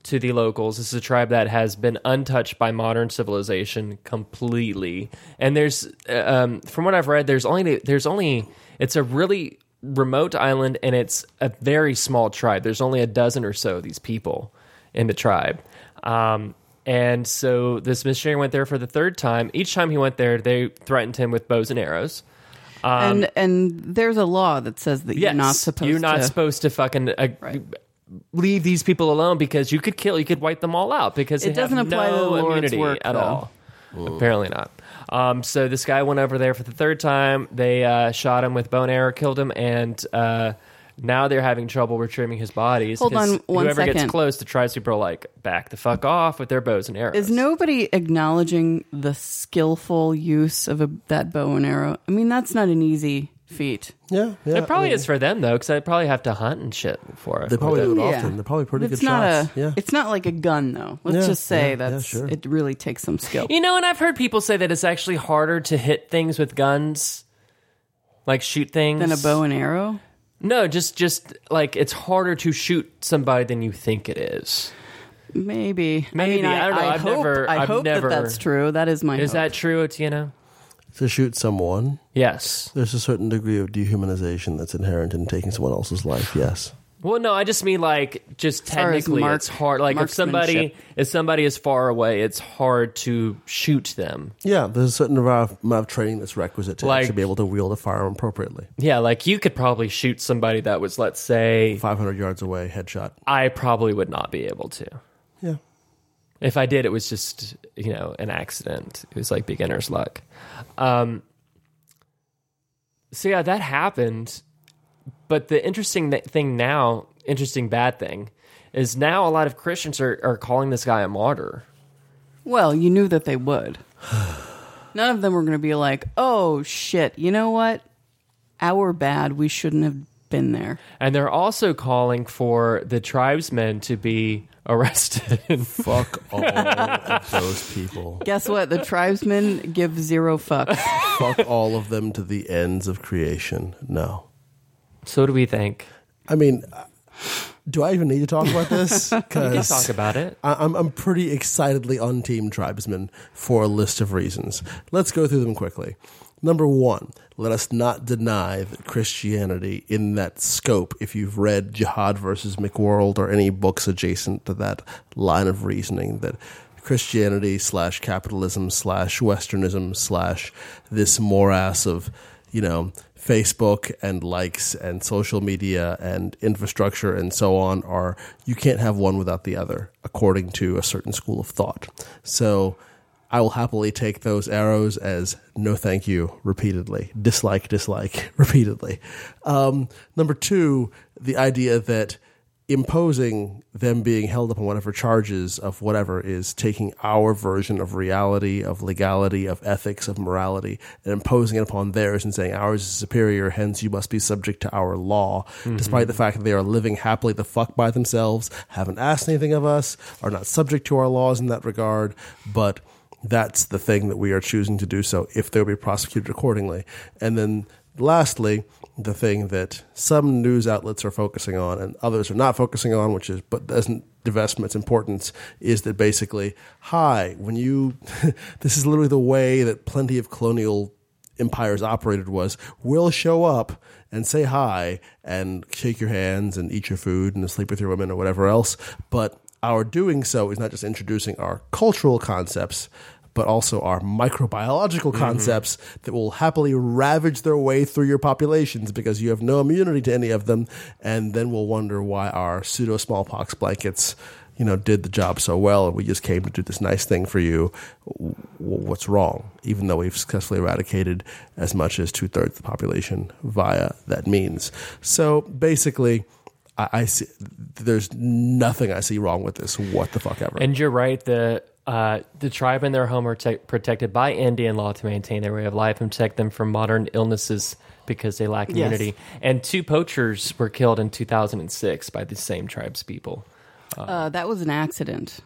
S1: to the locals. This is a tribe that has been untouched by modern civilization completely. And there's, uh, um, from what I've read, there's only there's only it's a really remote island and it's a very small tribe. There's only a dozen or so of these people in the tribe. Um, and so this missionary went there for the third time. Each time he went there, they threatened him with bows and arrows.
S2: and and there's a law that says that you're not supposed.
S1: You're not
S2: to,
S1: supposed to fucking uh,
S2: Right.
S1: leave these people alone because you could kill, you could wipe them all out because
S2: It
S1: they have
S2: doesn't apply to
S1: no
S2: the Lord's
S1: immunity
S2: work,
S1: at
S2: though.
S1: all. Apparently not. Um, so this guy went over there for the third time. They uh, shot him with bow and arrow, killed him, and uh, now they're having trouble retrieving his bodies.
S2: Hold
S1: His-
S2: on one
S1: whoever
S2: second.
S1: gets close to tries to like back the fuck off with their bows and arrows.
S2: Is nobody acknowledging the skillful use of a, that bow and arrow? I mean, that's not an easy feat.
S3: Yeah, yeah.
S1: it probably
S3: I mean,
S1: is for them though, because they probably have to hunt and shit for it.
S3: They probably do it
S2: Yeah.
S3: often. They're probably pretty
S2: it's
S3: good
S2: not
S3: shots.
S2: a.
S3: yeah.
S2: It's not like a gun, though. Let's
S3: Yeah,
S2: just say
S3: yeah, yeah,
S2: that's
S3: sure.
S2: it. Really takes some skill.
S1: You know, and I've heard people say that it's actually harder to hit things with guns, like shoot things,
S2: Than a bow and arrow.
S1: No, just just like it's harder to shoot somebody than you think it is.
S2: Maybe.
S1: Maybe.
S2: I, mean, I,
S1: I don't know.
S2: I
S1: I've
S2: hope,
S1: never-
S2: I
S1: I've
S2: hope
S1: never-
S2: that that's true. That is my.
S1: Is
S2: hope.
S1: that true, Atiana?
S3: to shoot someone,
S1: Yes.
S3: there's a certain degree of dehumanization that's inherent in taking someone else's life. Yes.
S1: Well, no, I just mean like just
S2: far as
S1: technically,
S2: mark-
S1: it's hard. Like if somebody
S2: marksmanship.
S1: if somebody is far away, it's hard to shoot them.
S3: Yeah, there's a certain amount of- amount of training that's requisite to
S1: Like-
S3: actually be able to wield a firearm appropriately.
S1: Yeah, like you could probably shoot somebody that was, let's say,
S3: 500 yards away, headshot.
S1: I probably would not be able to.
S3: Yeah.
S1: If I did, it was just you know an accident. It was like beginner's luck. Um, so yeah, that happened. But the interesting th- thing now, interesting bad thing, is now a lot of Christians are, are calling this guy a martyr.
S2: Well, you knew that they would. None of them were going to be like, "Oh shit, you know what? Our bad. We shouldn't have been there.
S1: And they're also calling for the tribesmen to be arrested.
S3: Fuck all of those people.
S2: Guess what? The tribesmen give zero fucks.
S3: Fuck all of them to the ends of creation. No.
S1: so do we think?
S3: I mean, uh, do I even need to talk about this?
S1: We can
S3: 'Cause
S1: talk about it.
S3: I- I'm, I'm pretty excitedly on Team Tribesmen for a list of reasons. Let's go through them quickly. Number one, let us not deny that Christianity, in that scope, if you've read Jihad versus McWorld or any books adjacent to that line of reasoning, that Christianity slash capitalism slash Westernism slash this morass of, you know, Facebook and likes and social media and infrastructure and so on are you can't have one without the other, according to a certain school of thought. So I will happily take those arrows as no thank you repeatedly, dislike, dislike repeatedly. Um, number two, the idea that imposing them being held up on whatever charges of whatever is taking our version of reality, of legality, of ethics, of morality, and imposing it upon theirs and saying ours is superior, hence you must be subject to our law, despite the fact that they are living happily the fuck by themselves, haven't asked anything of us, are not subject to our laws in that regard, but that's the thing that we are choosing to do so if they'll be prosecuted accordingly. And then lastly, the thing that some news outlets are focusing on and others are not focusing on, which is but doesn't divestment its importance, is that basically, hi, when you this is literally the way that plenty of colonial empires operated was we'll show up and say hi and shake your hands and eat your food and sleep with your women or whatever else. But our doing so is not just introducing our cultural concepts, but also our microbiological concepts that will happily ravage their way through your populations because you have no immunity to any of them. And then we'll wonder why our pseudo smallpox blankets. You know, did the job so well, and we just came to do this nice thing for you. W- What's wrong? Even though we've successfully eradicated as much as two thirds of the population via that means. So basically, I, I see there's nothing I see wrong with this. What the fuck ever.
S1: And you're right. The uh, the tribe and their home are te- protected by Indian law to maintain their way of life and protect them from modern illnesses because they lack immunity. And two poachers were killed in 2006 by the same tribe's people.
S2: Uh, that was an accident.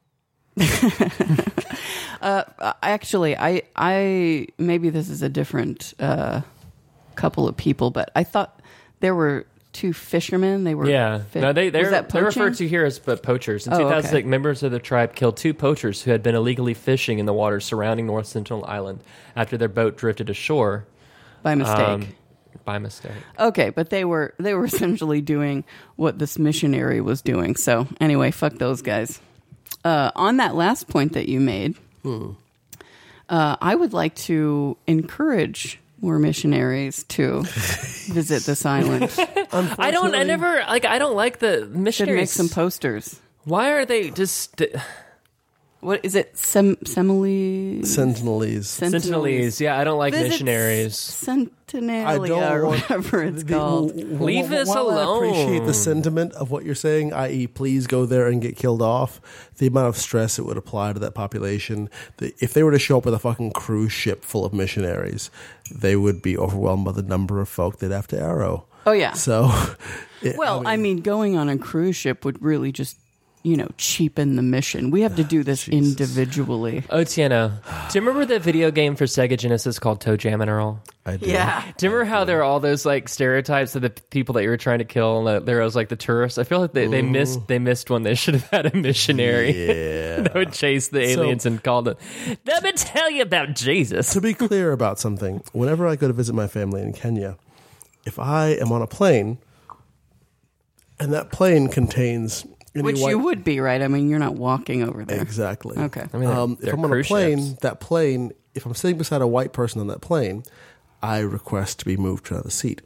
S2: uh, actually, I I maybe this is a different uh, couple of people, but I thought there were two fishermen. They were
S1: Yeah,
S2: fi-
S1: no, they
S2: was
S1: they're,
S2: that
S1: they're referred
S2: poaching?
S1: to here as but poachers. In
S2: Oh, okay.
S1: 2006, members of the tribe killed two poachers who had been illegally fishing in the waters surrounding North Central Island after their boat drifted ashore
S2: by mistake.
S1: um, by mistake.
S2: okay, but they were they were essentially doing what this missionary was doing. So anyway, fuck those guys. Uh, on that last point that you made, uh, I would like to encourage more missionaries to visit this island.
S1: I don't. I never like. I don't like the
S2: Should
S1: missionaries.
S2: make some posters.
S1: Why are they just?
S2: What is it? Sem- Semele
S3: Sentinelese.
S1: Sentinelese. Yeah, I don't like
S2: Visit
S1: missionaries.
S3: I don't
S2: Centenalia or
S3: want-
S2: whatever it's
S3: The-
S2: called.
S3: w-
S1: Leave
S3: w-
S1: us
S3: while I appreciate
S1: alone.
S3: the sentiment of what you're saying, i.e., please go there and get killed off. The amount of stress it would apply to that population, the, if they were to show up with a fucking cruise ship full of missionaries, they would be overwhelmed by the number of folk they'd have to arrow.
S2: Oh yeah.
S3: So, it-
S2: well, I mean, going on a cruise ship would really just, you know, cheapen the mission. We have to do this individually.
S1: Oh, Tiana, do you remember the video game for Sega Genesis called Toe Jam and Earl?
S3: I do.
S1: Do you remember how there are all those like stereotypes of the p- people that you were trying to kill? And uh, there was like the tourists. I feel like they, they missed they missed one. They should have had a missionary
S3: Yeah.
S1: that would chase the aliens and call them. Let me tell you about Jesus.
S3: to be clear about something, whenever I go to visit my family in Kenya, if I am on a plane and that plane contains any
S2: Which
S3: white-
S2: you would be, right? I mean, you're not walking over there.
S3: Exactly.
S2: Okay. I
S1: mean, they're-
S3: um, if
S1: they're
S3: I'm on a
S1: cruise
S3: plane,
S1: ships.
S3: that plane, if I'm sitting beside a white person on that plane, I request to be moved to another seat.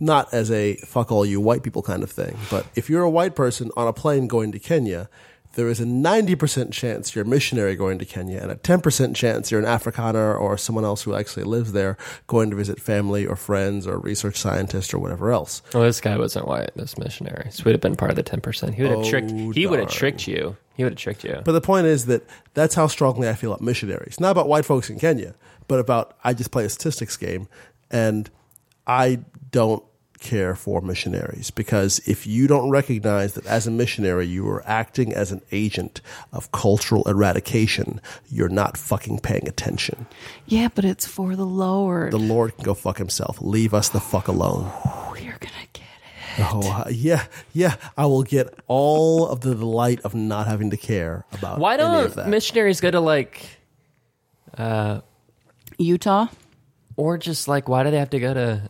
S3: Not as a fuck all you white people kind of thing, but if you're a white person on a plane going to Kenya, there is a 90% chance you're a missionary going to Kenya and a 10% chance you're an Afrikaner or someone else who actually lives there going to visit family or friends or research scientist or whatever else.
S1: Well, this guy wasn't white. This missionary, so he would have been part of the ten percent. He would have tricked. He would have
S3: Oh, darn.
S1: tricked you. He would have tricked you.
S3: But the point is that that's how strongly I feel about missionaries. Not about white folks in Kenya, but about I just play a statistics game, and I don't care for missionaries because if you don't recognize that as a missionary you are acting as an agent of cultural eradication, you're not fucking paying attention.
S2: Yeah, but it's for the Lord.
S3: The Lord can go fuck himself. Leave us the fuck alone.
S2: oh, you're gonna get it.
S3: Oh, I- yeah, yeah. I will get all of the delight of not having to care about
S1: Why
S3: any of
S1: don't
S3: that.
S1: missionaries go to like,
S2: Utah.
S1: or just like, why do they have to go to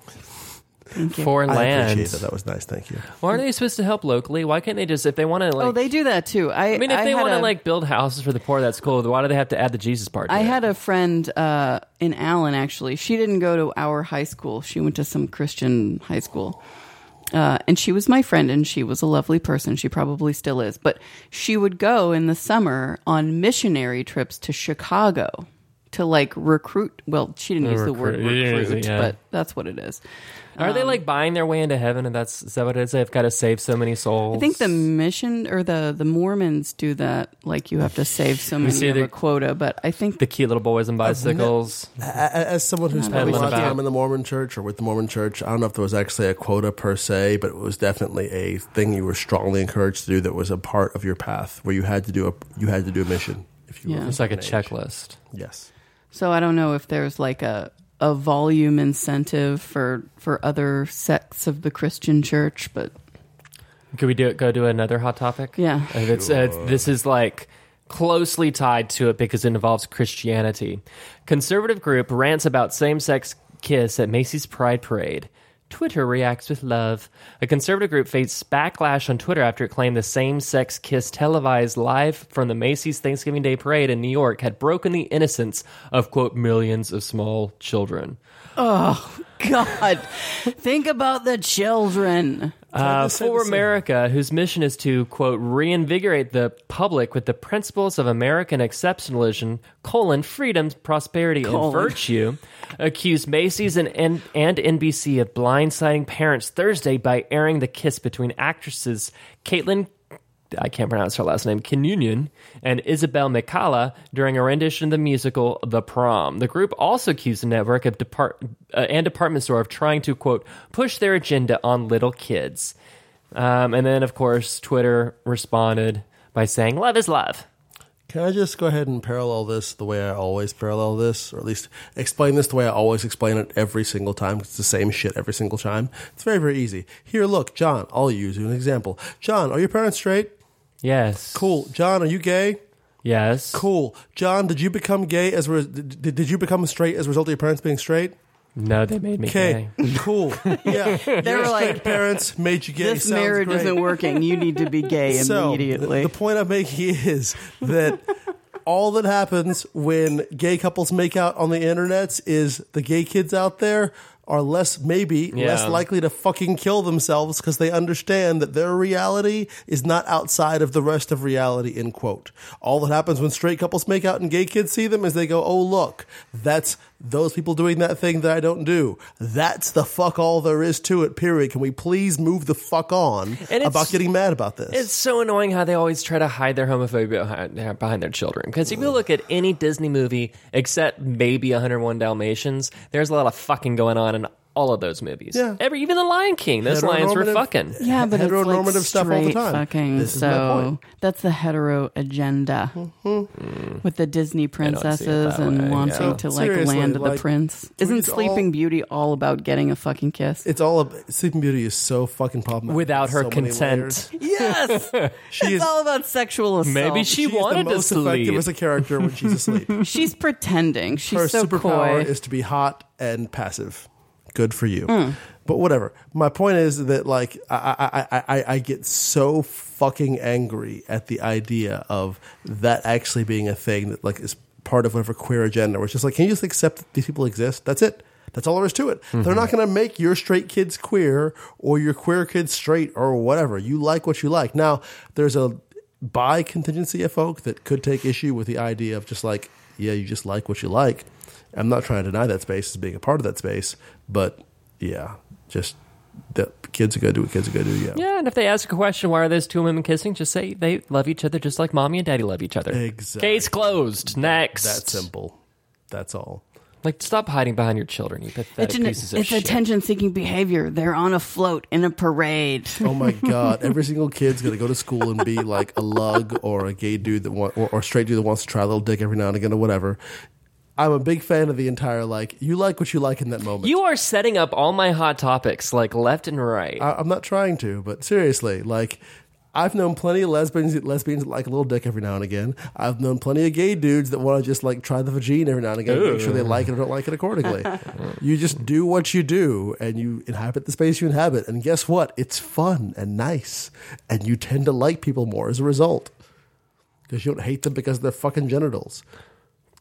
S1: foreign
S3: I appreciate that.
S1: lands?
S3: That was nice. Thank you.
S1: Why aren't they supposed to help locally? Why can't they just if they want to like?
S2: Oh, they do that too. I,
S1: I mean, if they
S2: had
S1: want to
S2: a-
S1: like build houses for the poor, that's cool. Why do they have to add the Jesus part? To
S2: I
S1: it?
S2: had a friend uh, in Allen, actually. She didn't go to our high school. She went to some Christian high school. Uh, and she was my friend, and she was a lovely person. She probably still is. But she would go in the summer on missionary trips to Chicago to like recruit. Well, she didn't use the word
S1: Recruit, yeah,
S2: recruit,
S1: yeah.
S2: but that's what it is.
S1: Are
S2: um,
S1: they like buying their way into heaven? And that's is that what it is? They've got to save so many souls.
S2: I think the mission or the the Mormons do that. Like you have to save so
S1: see
S2: many of
S1: the-
S2: a quota, but I think
S1: the cute little boys
S2: Oh,
S1: and bicycles.
S3: A- a- As someone who spent a
S1: Peddling
S3: lot of
S1: about.
S3: time in the Mormon Church or with the Mormon Church, I don't know if there was actually a quota per se, but it was definitely a thing you were strongly encouraged to do that was a part of your path where you had to do a you had to do a mission. If you were
S2: Yeah.
S1: It's like a checklist.
S3: yes,
S2: So I don't know if there's like a a volume incentive for for other sects of the Christian church, but
S1: Could we do it? Go do another hot topic.
S2: Yeah.
S1: If it's, uh, it's- this is like closely tied to it because it involves Christianity. Conservative group rants about same-sex kiss at Macy's Pride Parade. Twitter reacts with love. A conservative group faced backlash on Twitter after it claimed the same-sex kiss televised live from the Macy's Thanksgiving Day Parade in New York had broken the innocence of quote millions of small children.
S2: God, think about the children.
S1: Uh, for America, whose mission is to, quote, reinvigorate the public with the principles of American exceptionalism, colon, freedom, prosperity, and
S2: Colon.
S1: virtue, accused Macy's and, and, and NBC of blindsiding parents Thursday by airing the kiss between actresses Caitlin, I can't pronounce her last name, Kinunion, and Isabel Micala during a rendition of the musical The Prom. The group also accused the network of depart- uh, and department store of trying to, quote, push their agenda on little kids. Um, and then, of course, Twitter responded by saying, Love is love.
S3: Can I just go ahead and parallel this the way I always parallel this, or at least explain this the way I always explain it every single time? 'cause It's the same shit every single time. It's very, very easy. Here, look, John, I'll use you an example. John, are your parents straight?
S1: Yes.
S3: Cool. John, are you gay?
S1: Yes.
S3: Cool. John, did you become gay as re- did, did you become straight as a result of your parents being straight?
S1: No, they made me
S3: Okay.
S1: gay.
S3: Cool. Yeah. they
S2: were like,
S3: parents made you gay.
S2: This
S3: Sounds
S2: marriage
S3: great.
S2: isn't working. You need to be gay immediately.
S3: The point I'm making is that all that happens when gay couples make out on the internets is the gay kids out there are less maybe less
S1: Yeah.
S3: likely to fucking kill themselves because they understand that their reality is not outside of the rest of reality end quote all that happens when straight couples make out and gay kids see them is they go oh look that's those people doing that thing that i don't do that's the fuck all there is to it period can we please move the fuck on
S1: And it's-
S3: about getting mad about this
S1: It's so annoying how they always try to hide their homophobia behind their, behind their children. Because if you look at any Disney movie, except maybe 101 Dalmatians, there's a lot of fucking going on in all of those movies.
S3: Yeah.
S1: Every even the Lion King, those lions were
S3: Heteronormative-
S1: fucking.
S2: yeah, but it's
S3: heteronormative
S2: like
S3: stuff all the
S2: straight
S3: time.
S2: Fucking,
S3: This is my
S2: so
S3: point. Mm-hmm.
S2: that's the hetero agenda with the
S1: don't see
S2: Disney
S1: it
S2: princesses
S1: that
S2: and
S1: way,
S2: wanting
S1: yeah.
S2: to like
S3: Seriously,
S2: land
S3: like,
S2: the prince.
S3: we
S2: Isn't
S3: just all-
S2: Sleeping Beauty all about getting a fucking kiss?
S3: It's all ab Sleeping Beauty is so fucking problematic
S1: Without
S3: in
S1: her
S3: so many
S1: consent.
S3: layers.
S2: yes,
S3: She
S2: it's
S3: is
S2: all about sexual assault.
S1: Maybe
S3: she,
S1: she,
S3: is
S1: wanted
S3: the
S1: to
S3: most effective
S1: sleep.
S3: as a character when she's asleep.
S2: She's pretending. She's
S3: her
S2: so coy.
S3: superpower is to be hot and passive. Good for you. But whatever. My point is that like I, I, I, I- I get so fucking angry at the idea of that actually being a thing that like is part of whatever queer agenda. Where it's just like, can you just accept that these people exist? That's it. That's all there is to it. They're not going to make your straight kids queer or your queer kids straight or whatever. You like what you like. Now, there's a bi contingency of folk that could take issue with the idea of just like, yeah, you just like what you like. I'm not trying to deny that space as being a part of that space, but yeah, just the kids are gonna do what kids are gonna do. Yeah,
S1: Yeah, and if they ask a question, why are those two women kissing? Just say they love each other just like mommy and daddy love each other.
S3: Exactly.
S1: Case closed. Next.
S3: that simple. That's all.
S1: Like, stop hiding behind your children, you pathetic
S2: It's, an,
S1: pieces of
S2: it's
S1: shit.
S2: attention seeking behavior. They're on a float in a parade.
S3: Oh my god! Every single kid's gonna go to school and be like a lug or a gay dude that want or, or a straight dude that wants to try a little dick every now and again or whatever. I'm a big fan of the entire like you like what you like in that moment.
S1: You are setting up all my hot topics, like left and right.
S2: Uh,
S3: I, I'm not trying to, but seriously, like I've known plenty of lesbians lesbians that like a little dick every now and again. I've known plenty of gay dudes that want to just like try the vagina every now and again, to make sure they like it or don't like it accordingly. you just do what you do, and you inhabit the space you inhabit, and guess what? It's fun and nice, and you tend to like people more as a result. Because you don't hate them because of their fucking genitals.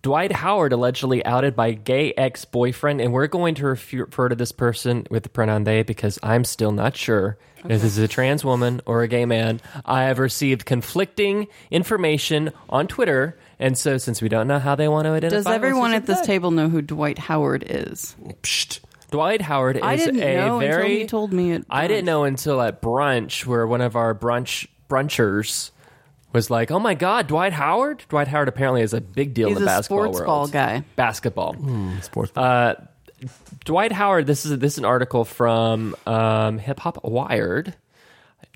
S1: Dwight Howard allegedly outed by gay ex boyfriend, and we're going to refu- refer to this person with the pronoun they because I'm still not sure if this is a trans woman or a gay man. I have received conflicting information on Twitter, and so since we don't know how they want to identify,
S2: Does
S1: let's
S2: everyone
S1: just
S2: at this
S1: say-
S2: table know who Dwight Howard is?
S3: Psht.
S1: Dwight Howard is
S2: I didn't
S1: a
S2: know until
S1: very
S2: he told me at
S1: I didn't
S2: brunch.
S1: know until at brunch where one of our brunch brunchers was like, "Oh my God, Dwight Howard! Dwight Howard apparently is a big deal
S2: He's
S1: in the
S2: a
S1: basketball
S2: sports
S1: world.
S2: ball guy.
S1: Basketball.
S3: Sports.
S1: Dwight Howard. This is this is an article from um, Hip Hop Wired.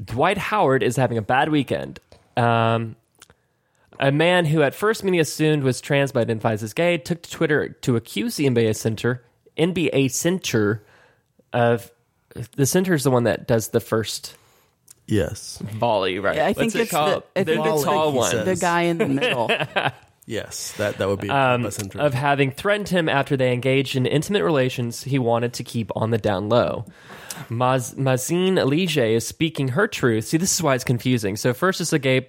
S1: Dwight Howard is having a bad weekend. Um, a man who at first many assumed was trans but identifies as gay took to Twitter to accuse the NBA center, NBA center of the center is the one that does the first
S3: yes.
S1: volley, right?
S2: I think
S1: What's it
S2: it's the-
S1: called?
S2: I
S1: They're
S2: think
S1: the
S2: it's
S1: tall
S3: the-
S1: one
S2: The guy in the middle.
S3: Yes. That that would be a syndrome.
S1: of having threatened him after they engaged in intimate relations he wanted to keep on the down low. Maz- Mazine Elige is speaking her truth. See, this is why it's confusing. So first it's a gay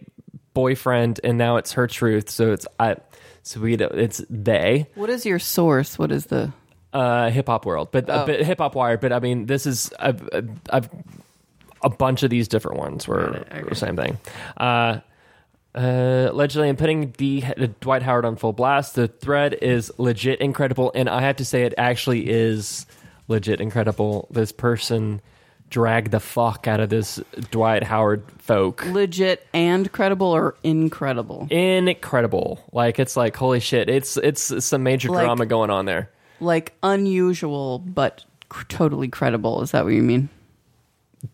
S1: boyfriend, and now it's her truth. So it's I. So we don't, it's they
S2: what is your source? What is the.
S1: uh, hip hop world, but a bit hip hop wired. But I mean, this is a, a, a, a bunch of these different ones were the same thing. Uh, uh, allegedly, I'm putting the Dwight Howard on full blast. The thread is legit incredible, and I have to say, it actually is legit incredible. This person dragged the fuck out of this Dwight Howard folk.
S2: Legit and credible or incredible?
S1: Incredible! Like it's like holy shit! It's it's some major
S2: Like-
S1: drama going on there.
S2: Like unusual, but cr- totally credible. Is that what you mean?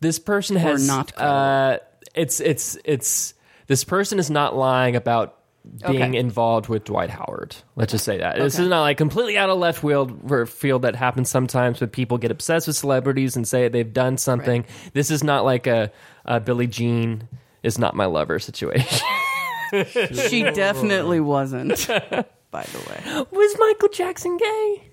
S1: this person has
S2: not credible.
S1: Uh, it's it's it's this person is not lying about being
S2: Okay.
S1: involved with Dwight Howard. Let's just say that this
S2: Okay.
S1: is not like completely out of left field or field that happens sometimes when people get obsessed with celebrities and say they've done something. This is not like a, a Billie Jean is not my lover situation.
S2: She definitely wasn't, by the way.
S1: Was Michael Jackson gay?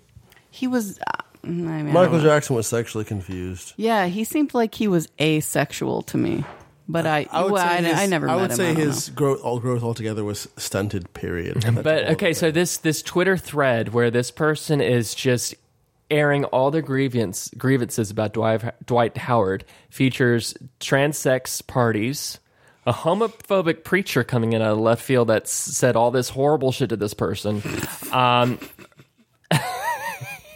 S2: He was. Uh, I mean, I
S3: Michael
S2: don't know.
S3: Jackson was sexually confused.
S2: Yeah, he seemed like he was asexual to me. But I, well, I,
S3: his-
S2: I never
S3: I
S2: met
S3: would
S2: him.
S3: say
S2: I don't
S3: his growth, all growth altogether was stunted. Period.
S1: But okay, so this this Twitter thread where this person is just airing all their grievance grievances about Dwight, Dwight Howard features transsex parties, a homophobic preacher coming in out of left field that s- said all this horrible shit to this person. Um,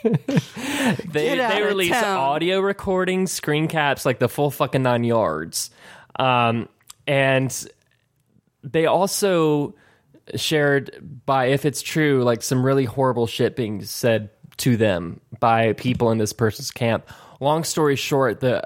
S1: they
S2: Get out
S1: they
S2: of
S1: release
S2: town.
S1: audio recordings, screen caps, like the full fucking nine yards, um, and they also shared by if it's true like some really horrible shit being said to them by people in this person's camp long story short the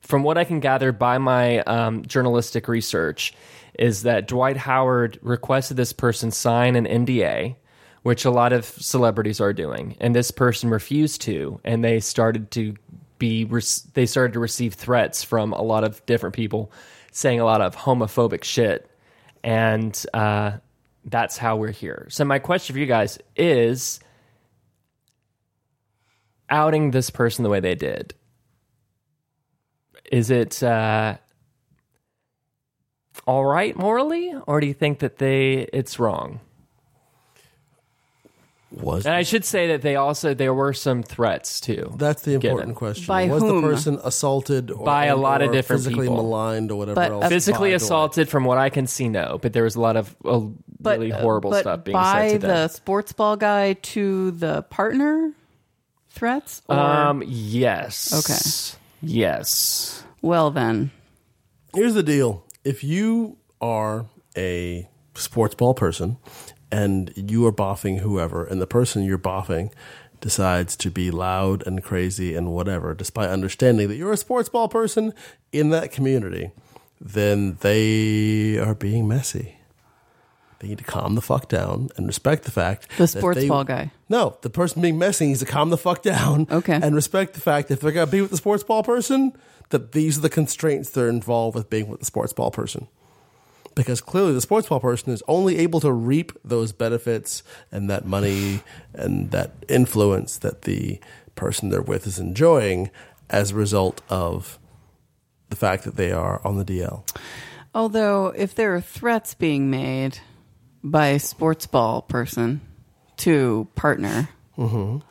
S1: from what i can gather by my um, journalistic research is that dwight howard requested this person sign an nda which a lot of celebrities are doing and this person refused to and they started to be rec- they started to receive threats from a lot of different people saying a lot of homophobic shit and uh, that's how we're here. So my question for you guys is: outing this person the way they did, is it uh, all right morally, or do you think that they it's wrong?
S3: was
S1: And I should say that they also there were some threats too.
S3: that's the
S1: Get
S3: important
S1: it.
S3: question?
S2: By
S3: was
S2: whom?
S3: the person assaulted or,
S1: By a
S3: and-
S1: lot of
S3: or
S1: different
S3: physically
S1: people.
S3: maligned or whatever
S2: But
S3: else?
S1: Physically
S3: by
S1: assaulted, from what I can see, no. But there was a lot of uh,
S2: But-
S1: really horrible
S2: but
S1: stuff being
S2: by
S1: said to them.
S2: the sports ball guy to the partner threats or,
S1: um. Yes. Okay. Yes.
S2: well then
S3: Dwight. Here's the deal: if you are a sports ball person and you are boffing whoever, and the person you're boffing decides to be loud and crazy and whatever, despite understanding that you're a sports ball person in that community, then they are being messy. They need to calm the fuck down and respect the fact
S2: The
S3: that
S2: sports
S3: they-
S2: ball guy.
S3: No, the person being messy needs to calm the fuck down.
S2: Okay.
S3: And respect the fact that if they're gonna be with the sports ball person, that these are the constraints that are involved with being with the sports ball person because clearly the sports ball person is only able to reap those benefits and that money and that influence that the person they're with is enjoying as a result of the fact that they are on the DL.
S2: Although, if there are threats being made by a sports ball person to partner,
S1: In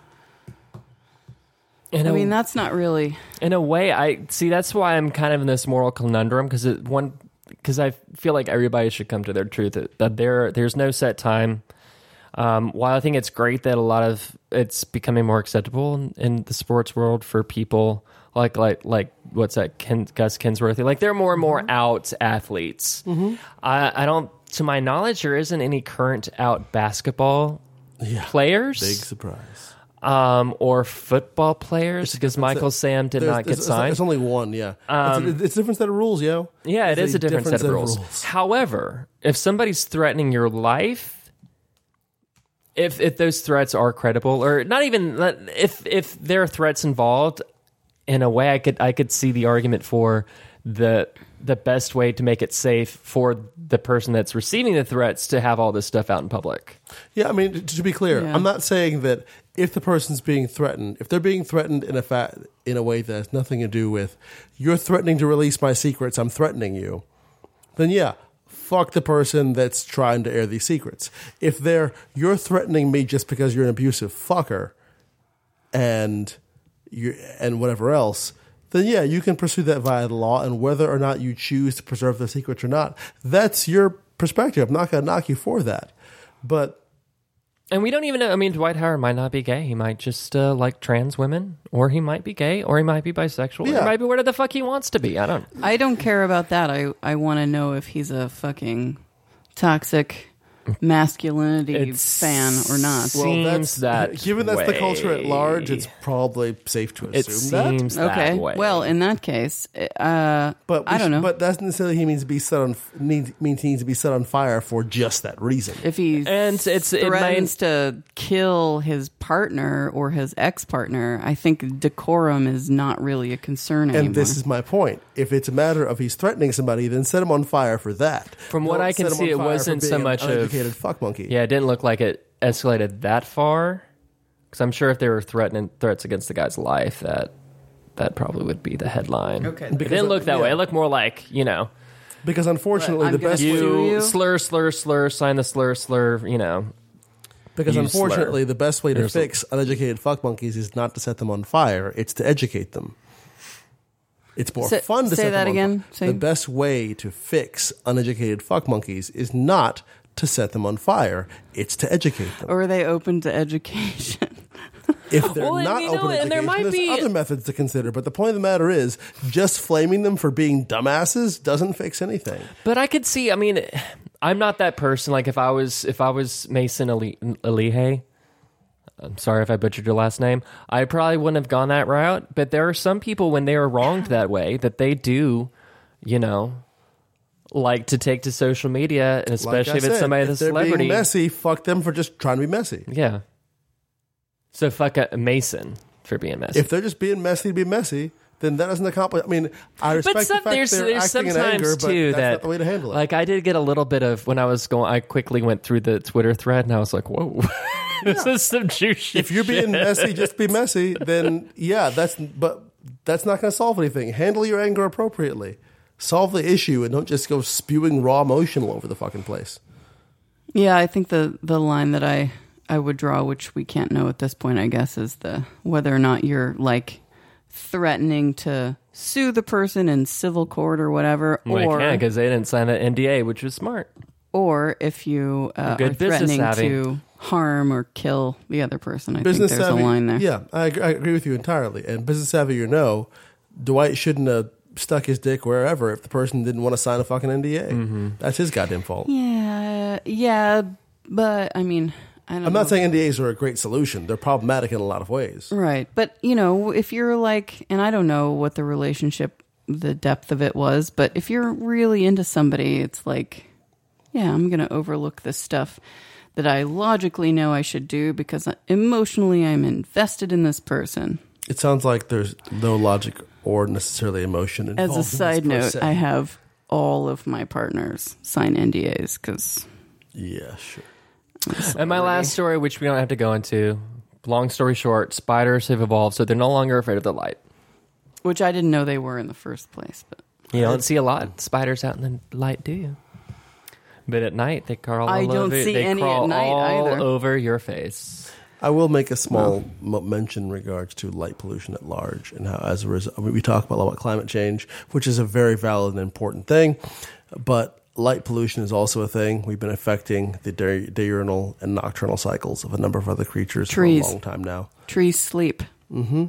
S2: I
S1: a-
S2: mean, that's not really.
S1: in a way i see that's why i'm kind of in this moral conundrum because it one because i feel like everybody should come to their truth that, that there there's no set time um, while i think it's great that a lot of it's becoming more acceptable in, in the sports world for people like like like what's that Ken, gus kinsworthy like they're more and more out athletes I, I don't to my knowledge there isn't any current out basketball players
S3: Big surprise.
S1: um, or football players because Michael Sam did not get
S3: it's,
S1: signed. Um,
S3: It's only one, yeah. it's, a, it's a different set of rules, yo.
S1: Yeah,
S3: It's
S1: it's a, different, set of rules. However, if somebody's threatening your life, if if those threats are credible, or not even if if there are threats involved, in a way, I could I could see the argument for the the best way to make it safe for the person that's receiving the threats to have all this stuff out in public.
S3: Yeah, I mean, t- to be clear,
S2: Yeah.
S3: I'm not saying that if the person's being threatened, if they're being threatened in a fa- in a way that has nothing to do with you're threatening to release my secrets, I'm threatening you, then yeah, fuck the person that's trying to air these secrets. If they're you're threatening me just because you're an abusive fucker, and you and whatever else, then yeah, you can pursue that via the law. And whether or not you choose to preserve the secrets or not, that's your perspective. I'm not going to knock you for that, but.
S1: And we don't even know. I mean, Dwight Howard might not be gay. He might just uh, like trans women, or he might be gay, or he might be bisexual, or
S3: Yeah.
S1: he might be whatever the fuck he wants to be. I don't.
S2: I don't care about that. I, I want to know if he's a fucking toxic masculinity
S1: It's-
S2: fan or not.
S1: Well, Seems that
S3: given that's the culture at large,
S1: way.
S3: it's probably safe to assume
S1: It
S3: that.
S1: seems that
S2: okay.
S1: way.
S2: Well, in that case, uh,
S3: But we
S2: I don't
S3: sh-
S2: know.
S3: But that's necessarily he means to be set on f- needs, means he needs to be set on fire for just that reason.
S2: if he
S1: And it's- it
S2: threatens to kill his partner or his ex partner, I think decorum is not really a concern anymore.
S3: and this is my point. If it's a matter of he's threatening somebody, then set him on fire for that.
S1: From what
S3: Don't
S1: I can
S3: set him
S1: see,
S3: on
S1: it
S3: fire for
S1: wasn't so
S3: being an
S1: much of-
S3: uneducated fuck monkey.
S1: yeah, it didn't look like it escalated that far. Because I'm sure if they were threatening threats against the guy's life, that that probably would be the headline. Okay, it didn't look that way. It looked more like you know,
S3: Because unfortunately,
S2: I'm
S3: the
S2: gonna
S3: best
S2: sue
S3: way,
S1: you,
S2: you?
S1: slur, slur, slur, sign the slur, slur. You know,
S3: because
S1: you
S3: unfortunately
S1: slur.
S3: the best way to
S1: There's a-
S3: fix uneducated fuck monkeys is not to set them on fire. It's to educate them. It's more
S2: Say-
S3: fun to
S2: say
S3: set
S2: that
S3: them on
S2: again.
S3: fi-
S2: Say-
S3: The best way to fix uneducated fuck monkeys is not to set them on fire. It's to educate them.
S2: or are they open to education?
S3: if they're
S1: Well, and
S3: not
S1: you know
S3: open
S1: what,
S3: education,
S1: and there might
S3: there's
S1: be-
S3: other methods to consider. But the point of the matter is, just flaming them for being dumbasses doesn't fix anything.
S1: But I could see. I mean, I'm not that person. Like if I was, if I was Mason Ali- Alihe, I'm sorry if I butchered your last name. I probably wouldn't have gone that route. But there are some people when they are wronged that way that they do, you know, like to take to social media, and
S3: Like I
S1: especially if it's
S3: said,
S1: somebody
S3: if
S1: that's a
S3: they're
S1: celebrity.
S3: being messy, fuck them for just trying to be messy.
S1: Yeah. So fuck a Mason for being messy.
S3: if they're just being messy to be messy, then that doesn't accomplish. I mean, I respect
S1: some-
S3: the fact
S1: there's,
S3: they're
S1: there's
S3: acting
S1: sometimes
S3: in anger, but
S1: too
S3: that's
S1: that
S3: not the way to handle it.
S1: Like I did get a little bit of when I was going, I quickly went through the Twitter thread and I was like, "Whoa, this is some Jew shit."
S3: if you're being messy, just be messy. Then yeah, that's but that's not going to solve anything. Handle your anger appropriately. Solve the issue and don't just go spewing raw emotion all over the fucking place.
S2: Yeah, I think the the line that I I would draw, which we can't know at this point, I guess, is the whether or not you're like threatening to sue the person in civil court or whatever,
S1: Well,
S2: or
S1: they can because they didn't sign an NDA, which was smart.
S2: or if you uh,
S1: Good
S2: are
S1: business
S2: threatening
S1: savvy.
S2: to harm or kill the other person. I
S3: Business
S2: think there's
S3: savvy,
S2: a line there.
S3: yeah, I agree, I agree with you entirely. And business savvy or no, Dwight shouldn't have stuck his dick wherever
S1: Mm-hmm.
S3: if the person didn't want to sign a fucking NDA. That's his goddamn fault.
S2: Yeah, yeah, But I mean, I don't
S3: I'm
S2: know.
S3: not saying NDAs are a great solution. They're problematic in a lot of ways.
S2: Right. But, you know, if you're like, and I don't know what the relationship, the depth of it was, but if you're really into somebody, it's like, yeah, I'm going to overlook this stuff that I logically know I should do because emotionally I'm invested in this person.
S3: It sounds like there's no logic or necessarily emotion involved.
S2: As
S3: in
S2: a
S3: this
S2: side
S3: per
S2: note,
S3: se.
S2: I have all of my partners sign NDAs because.
S3: yeah, sure.
S1: And my last story, which we don't have to go into, long story short, spiders have evolved, so they're no longer afraid of the light.
S2: Which I didn't know they were in the first place, but
S1: You don't see a lot of spiders out in the light, do you? But at night, they crawl.
S2: I
S1: all
S2: don't
S1: over,
S2: see
S1: they
S2: any at
S1: crawl
S2: night
S1: all
S2: either.
S1: over your face.
S3: I will make a small m- mention in regards to light pollution at large and how, as a result, I mean, we talk about, a lot about climate change, which is a very valid and important thing, but light pollution is also a thing. We've been affecting the day- diurnal and nocturnal cycles of a number of other creatures
S2: Trees.
S3: for a long time now.
S2: trees sleep.
S3: Yeah.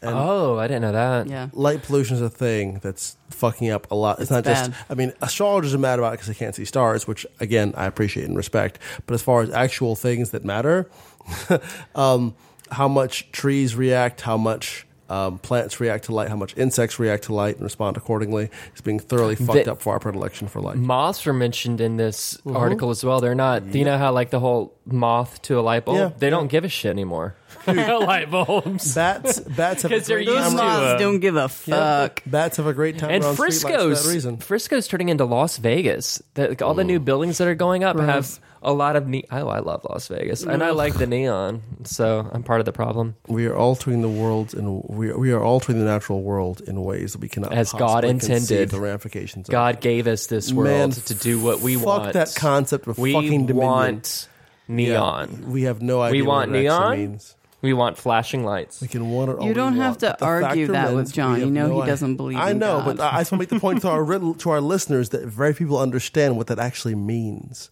S3: And
S1: Oh, I didn't know that.
S2: Yeah.
S3: light pollution is a thing that's fucking up a lot. It's, not
S2: bad.
S3: just. I mean, astrologers are mad about it because they can't see stars, which again I appreciate and respect. But as far as actual things that matter, um, how much trees react, how much. Um, plants react to light, how much insects react to light and respond accordingly. It's being thoroughly fucked up for our predilection for light.
S1: Moths are mentioned in this
S3: Mm-hmm.
S1: article as well. They're not. Do you know how like the whole moth to a light bulb?
S3: Yeah.
S1: They don't give a shit anymore. light bulbs.
S3: Bats, bats have a
S1: 'Cause they're
S3: great
S1: used
S3: time.
S1: to uh,
S3: around-
S2: don't give a fuck.
S3: Bats have a great time.
S1: And
S3: around streetlights for that
S1: Frisco's
S3: reason.
S1: Frisco's turning into Las Vegas. The, like, all the new buildings that are going up have
S2: Gross.
S1: a lot of ne- oh, I love Las Vegas, and I like the neon, so I'm part of the problem.
S3: We are altering the world, and we are, we are altering the natural world in ways that we cannot.
S1: As God
S3: possibly
S1: intended.
S3: conceive the ramifications. of.
S1: God gave us this world
S3: Man,
S1: to do what we
S3: fuck
S1: want.
S3: that concept of
S1: we
S3: fucking dominion.
S1: want
S3: Yeah.
S1: neon.
S3: We have no idea.
S1: We want
S3: what it actually
S1: neon?
S3: means.
S1: We want flashing lights.
S3: We can want it all
S2: You don't
S3: we
S2: have
S3: want,
S2: to
S3: but the
S2: argue
S3: fact
S2: that with
S3: remains we
S2: John. You
S3: have
S2: know
S3: no
S2: he
S3: idea.
S2: doesn't believe
S3: I
S2: in
S3: know,
S2: God.
S3: but I I just want to make the point to our riddle- to our listeners that very people understand what that actually means.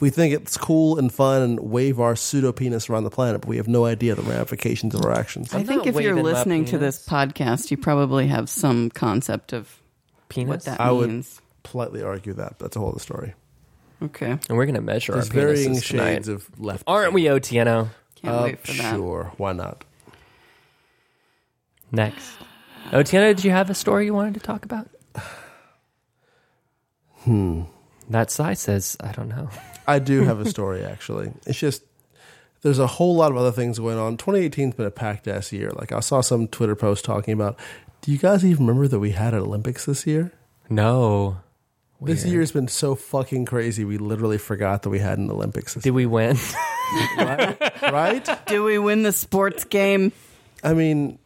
S3: We think it's cool and fun and wave our pseudo penis around the planet, but we have no idea the ramifications of our actions.
S2: I
S1: I'm
S2: think
S1: not
S2: if you're
S1: waving my
S2: listening to
S1: penis.
S2: this podcast, you probably have some concept of
S1: Penis.
S2: what that
S3: I would-
S2: means.
S3: Politely argue that, but that's a whole other story.
S2: Okay.
S1: and we're gonna measure our
S3: There's varying
S1: penises tonight.
S3: shades of left.
S1: Aren't we, Otieno?
S2: Can't
S3: Uh,
S2: wait for that.
S3: Sure, why not?
S1: Next, Otieno, did you have a story you wanted to talk about? Hmm. That Sai says, I don't know.
S3: I do have a story actually. It's just there's a whole lot of other things going on. 2018's been a packed ass year. Like I saw some Twitter post talking about. Do you guys even remember that we had an Olympics this year?
S1: No.
S3: This year has been so fucking crazy. We literally forgot that we had an Olympics, this
S1: Did we win?
S3: right?
S2: Do we win the sports game?
S3: I mean,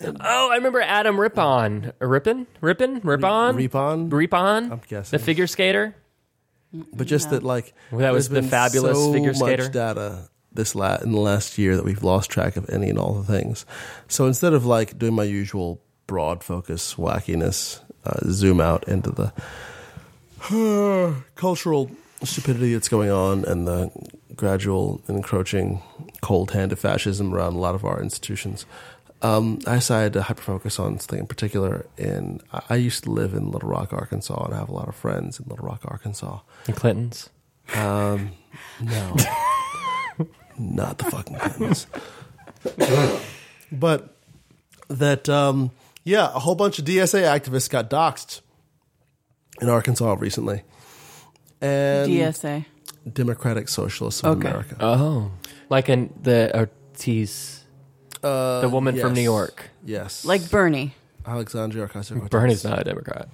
S1: oh, I remember Adam Rippon. Uh, Rippon? Rippon? Rippon?
S3: Rippon?
S1: Rippon?
S3: I'm guessing.
S1: The figure skater?
S3: but just that like
S1: Well, that was
S3: there's
S1: the
S3: been
S1: fabulous
S3: so
S1: figure
S3: much
S1: skater.
S3: data this la- in the last year that we've lost track of any and all the things. So instead of like doing my usual broad focus wackiness, uh, zoom out into the cultural stupidity that's going on and the gradual encroaching cold hand of fascism around a lot of our institutions. Um, I decided to hyperfocus on something in particular. And I- I used to live in Little Rock, Arkansas, and I have a lot of friends in Little Rock, Arkansas.
S1: The Clintons.
S3: No. Not the fucking Clintons. but that, um, yeah, a whole bunch of DSA activists got doxxed in Arkansas recently. And
S2: DSA.
S3: Democratic Socialists of
S2: Okay.
S3: America.
S1: Oh. Like in the Ortiz,
S3: Uh,
S1: the woman from
S3: yes.
S1: New York.
S3: Yes.
S2: Like Bernie.
S3: Alexandria Ocasio-Cortez.
S1: Bernie's not a Democrat.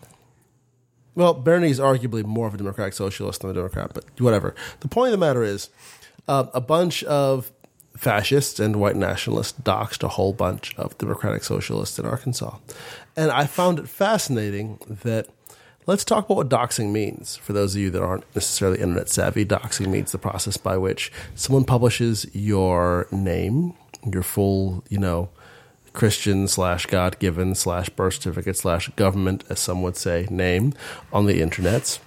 S3: Well, Bernie's arguably more of a Democratic socialist than a Democrat, but whatever. The point of the matter is, uh, a bunch of fascists and white nationalists doxed a whole bunch of Democratic socialists in Arkansas, and I found it fascinating that. Let's talk about what doxing means. For those of you that aren't necessarily internet savvy, doxing means the process by which someone publishes your name, your full, you know, Christian slash God given slash birth certificate slash government, as some would say, name on the internets.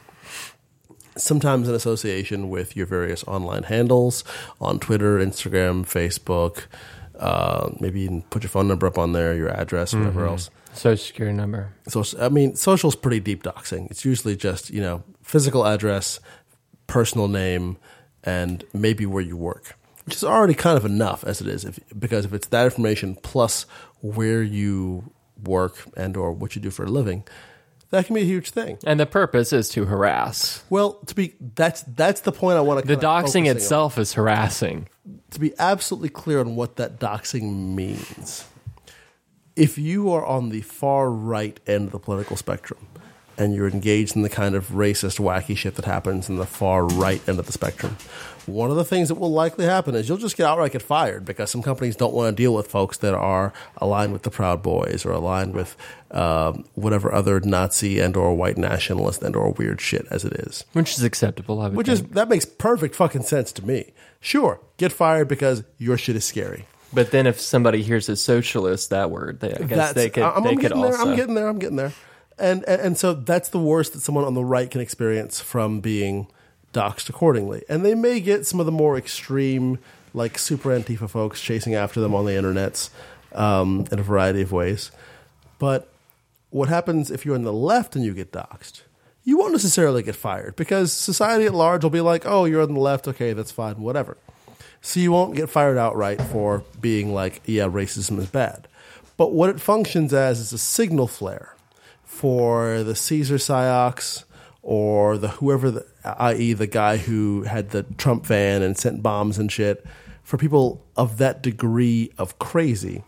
S3: Sometimes in association with your various online handles on Twitter, Instagram, Facebook. Uh, maybe even put your phone number up on there, your address,
S1: Mm-hmm.
S3: whatever else.
S1: Social Security number.
S3: So I mean, social's pretty deep doxing. It's usually just you know physical address, personal name, and maybe where you work, which is already kind of enough as it is. If, because if it's that information plus where you work and or what you do for a living, that can be a huge thing.
S1: And the purpose is to harass.
S3: Well, to be that's that's the point I want to.
S1: The
S3: kinda focusing
S1: doxing
S3: on.
S1: itself is harassing.
S3: to be absolutely clear on what that doxing means. If you are on the far right end of the political spectrum and you're engaged in the kind of racist, wacky shit that happens in the far right end of the spectrum, one of the things that will likely happen is you'll just get outright get fired because some companies don't want to deal with folks that are aligned with the Proud Boys or aligned with um, whatever other Nazi and or white nationalist and or weird shit as it is.
S1: Which is acceptable, I would
S3: Which
S1: think.
S3: is that makes perfect fucking sense to me. Sure, get fired because your shit is scary.
S1: But then if somebody hears a socialist, that word, they, I guess they could,
S3: I- I'm,
S1: they
S3: I'm
S1: could
S3: getting there.
S1: also.
S3: I'm getting there. I'm getting there. And, and and so that's the worst that someone on the right can experience from being doxxed accordingly. And they may get some of the more extreme, like super antifa folks chasing after them on the internets um, in a variety of ways. But what happens if you're on the left and you get doxxed? You won't necessarily get fired because society at large will be like, "Oh, you're on the left. Okay, that's fine. Whatever." So you won't get fired outright for being like, yeah, racism is bad. But what it functions as is a signal flare for the Caesar Psyox or the whoever, the, i.e., the guy who had the Trump van and sent bombs and shit, for people of that degree of crazy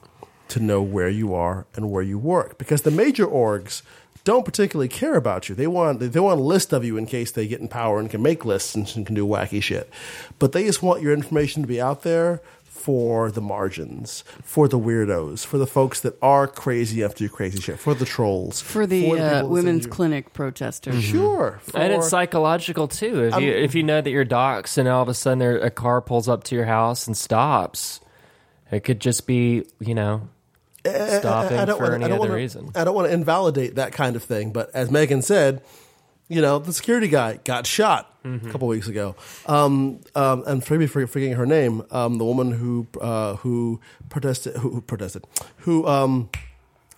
S3: to know where you are and where you work because the major orgs don't particularly care about you. They want they want a list of you in case they get in power and can make lists and can do wacky shit. But they just want your information to be out there for the margins, for the weirdos, for the folks that are crazy enough to do crazy shit, for the trolls,
S2: for the
S3: people that
S2: uh,
S3: send
S2: women's
S3: you- Mm-hmm.
S2: clinic protesters.
S3: Sure, for,
S1: and it's psychological too. If you if you know that you're doxed and all of a sudden there, a car pulls up to your house and stops, it could just be you know
S3: Eh,
S1: stopping for
S3: wanna-
S1: any
S3: don't
S1: other
S3: wanna-
S1: reason.
S3: I don't want to invalidate that kind of thing, but as Megan said, you know, the security guy got shot
S1: Mm-hmm.
S3: a couple weeks ago. Um, um, and forgive me for forgetting her name. Um, the woman who uh, who protested, who, who protested, who um,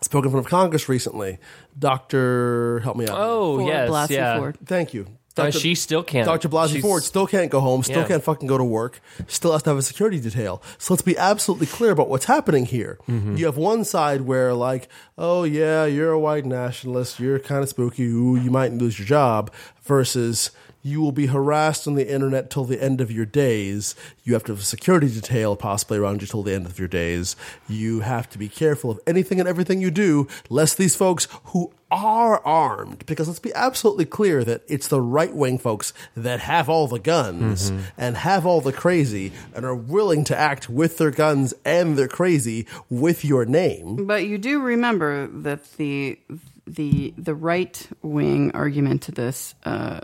S3: spoke in front of Congress recently. Doctor, help me out.
S1: Oh
S2: Ford,
S1: yes,
S2: Blasey
S1: yeah.
S2: Ford.
S3: thank you.
S1: Uh, she still can't.
S3: Dr. Blasey
S1: She's-
S3: Ford still can't go home, still
S1: Yeah.
S3: can't fucking go to work, still has to have a security detail. So let's be absolutely clear about what's happening here.
S1: Mm-hmm.
S3: You have one side where, like, oh, yeah, you're a white nationalist, you're kind of spooky, ooh, you might lose your job, versus you will be harassed on the internet till the end of your days. You have to have a security detail possibly around you till the end of your days. You have to be careful of anything and everything you do, lest these folks who are armed, because let's be absolutely clear that it's the right wing folks that have all the guns
S1: Mm-hmm.
S3: and have all the crazy and are willing to act with their guns and their crazy with your name.
S2: But you do remember that the the the right wing argument to this uh,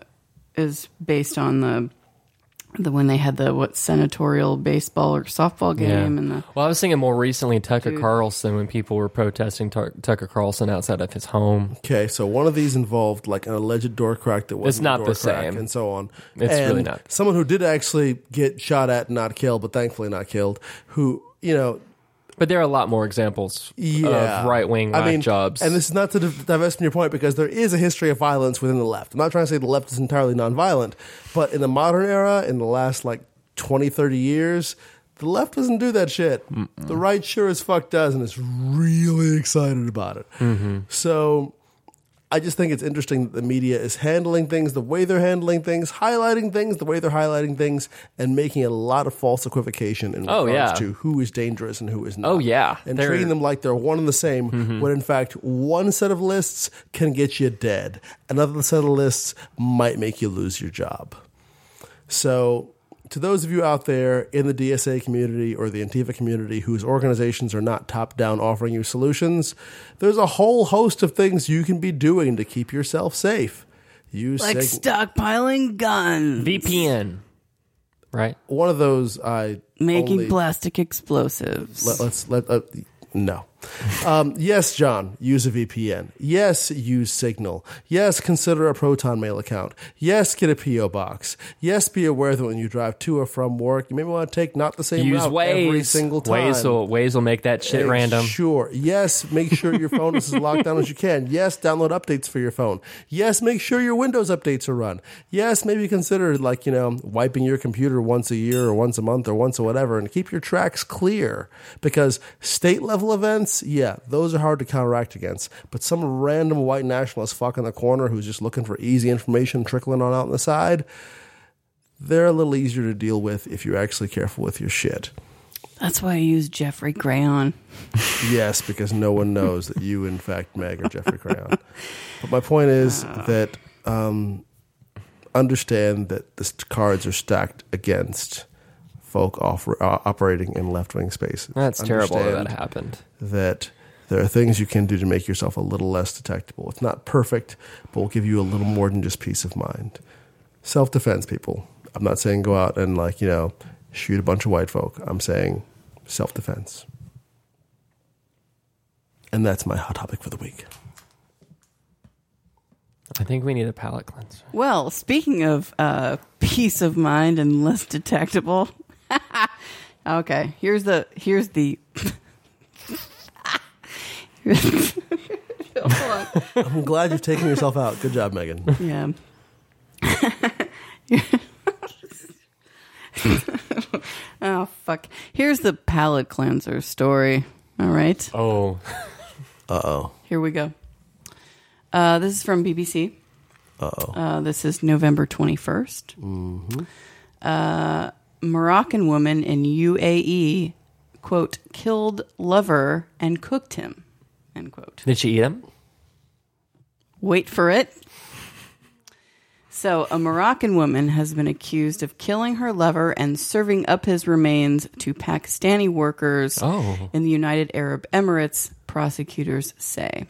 S2: is based on the the when they had the what senatorial baseball or softball game
S1: Yeah.
S2: and the
S1: well, I was thinking more recently Tucker Carlson when people were protesting Tuck Tucker Carlson outside of his home.
S3: Okay, so one of these involved like an alleged door crack that wasn't
S1: not
S3: a door
S1: the
S3: crack
S1: same.
S3: and so on.
S1: It's
S3: And
S1: really not.
S3: Someone who did actually get shot at and not killed, but thankfully not killed, who, you know,
S1: But there are a lot more examples
S3: yeah.
S1: of right wing
S3: I mean,
S1: jobs.
S3: And this is not to div- divest from your point because there is a history of violence within the left. I'm not trying to say the left is entirely nonviolent, but in the modern era, in the last like 20, 30 years, the left doesn't do that shit. The right sure as fuck does, and is really excited about it.
S1: Mm-hmm.
S3: So I just think it's interesting that the media is handling things the way they're handling things, highlighting things the way they're highlighting things, and making a lot of false equivocation in
S1: Oh,
S3: regards
S1: yeah.
S3: to who is dangerous and who is not.
S1: Oh, yeah.
S3: and
S1: They're- Mm-hmm.
S3: treating them like they're one and the same. When in fact, one set of lists can get you dead. Another set of lists might make you lose your job. So, to those of you out there in the DSA community or the Antifa community whose organizations are not top down offering you solutions, there's a whole host of things you can be doing to keep yourself safe. Use
S2: like
S3: sig-
S2: stockpiling guns,
S1: VPN, right?
S3: one of those. I
S2: making
S3: only-
S2: plastic explosives.
S3: let, let's let uh, no. Um, yes, John, use a VPN. Yes, use Signal. Yes, consider a Proton Mail account. Yes, get a PO box. Yes, be aware that when you drive to or from work, you may want to take not the same
S1: Use
S3: route
S1: Waze.
S3: every single time.
S1: Waze will, Waze will make that shit
S3: Eh,
S1: random.
S3: Sure. Yes, make sure your phone is as locked down as you can. Yes, download updates for your phone. Yes, make sure your Windows updates are run. Yes, maybe consider like, you know, wiping your computer once a year or once a month or once or whatever and keep your tracks clear because state level events, yeah, those are hard to counteract against. But some random white nationalist fuck in the corner who's just looking for easy information trickling on out on the side, they're a little easier to deal with if you're actually careful with your shit.
S2: That's why I use Jeffrey Crayon.
S3: Yes, because no one knows that you, in fact, Meg, are Jeffrey Crayon. But my point is that um, understand that the st- cards are stacked against folk offer, uh, operating in left wing spaces.
S1: That's terrible that
S3: Understand
S1: that happened.
S3: That there are things you can do to make yourself a little less detectable. It's not perfect, but will give you a little more than just peace of mind. Self defense, people. I'm not saying go out and like you know shoot a bunch of white folk. I'm saying self defense. And that's my hot topic for the week.
S1: I think we need a palate cleanser.
S2: Well, speaking of uh, peace of mind and less detectable, okay. Here's the here's the.
S3: I'm glad you've taken yourself out. Good job, Megan.
S2: Yeah. oh fuck. Here's the palate cleanser story. All right.
S1: Oh,
S3: Uh oh.
S2: Here we go. Uh, this is from BBC.
S3: Uh-oh.
S2: Uh, this is November 21st. Uh, Moroccan woman in UAE, quote, killed lover and cooked him, end quote.
S1: did she eat him?
S2: Wait for it. So, a Moroccan woman has been accused of killing her lover and serving up his remains to Pakistani workers
S1: Oh.
S2: in the United Arab Emirates, prosecutors say.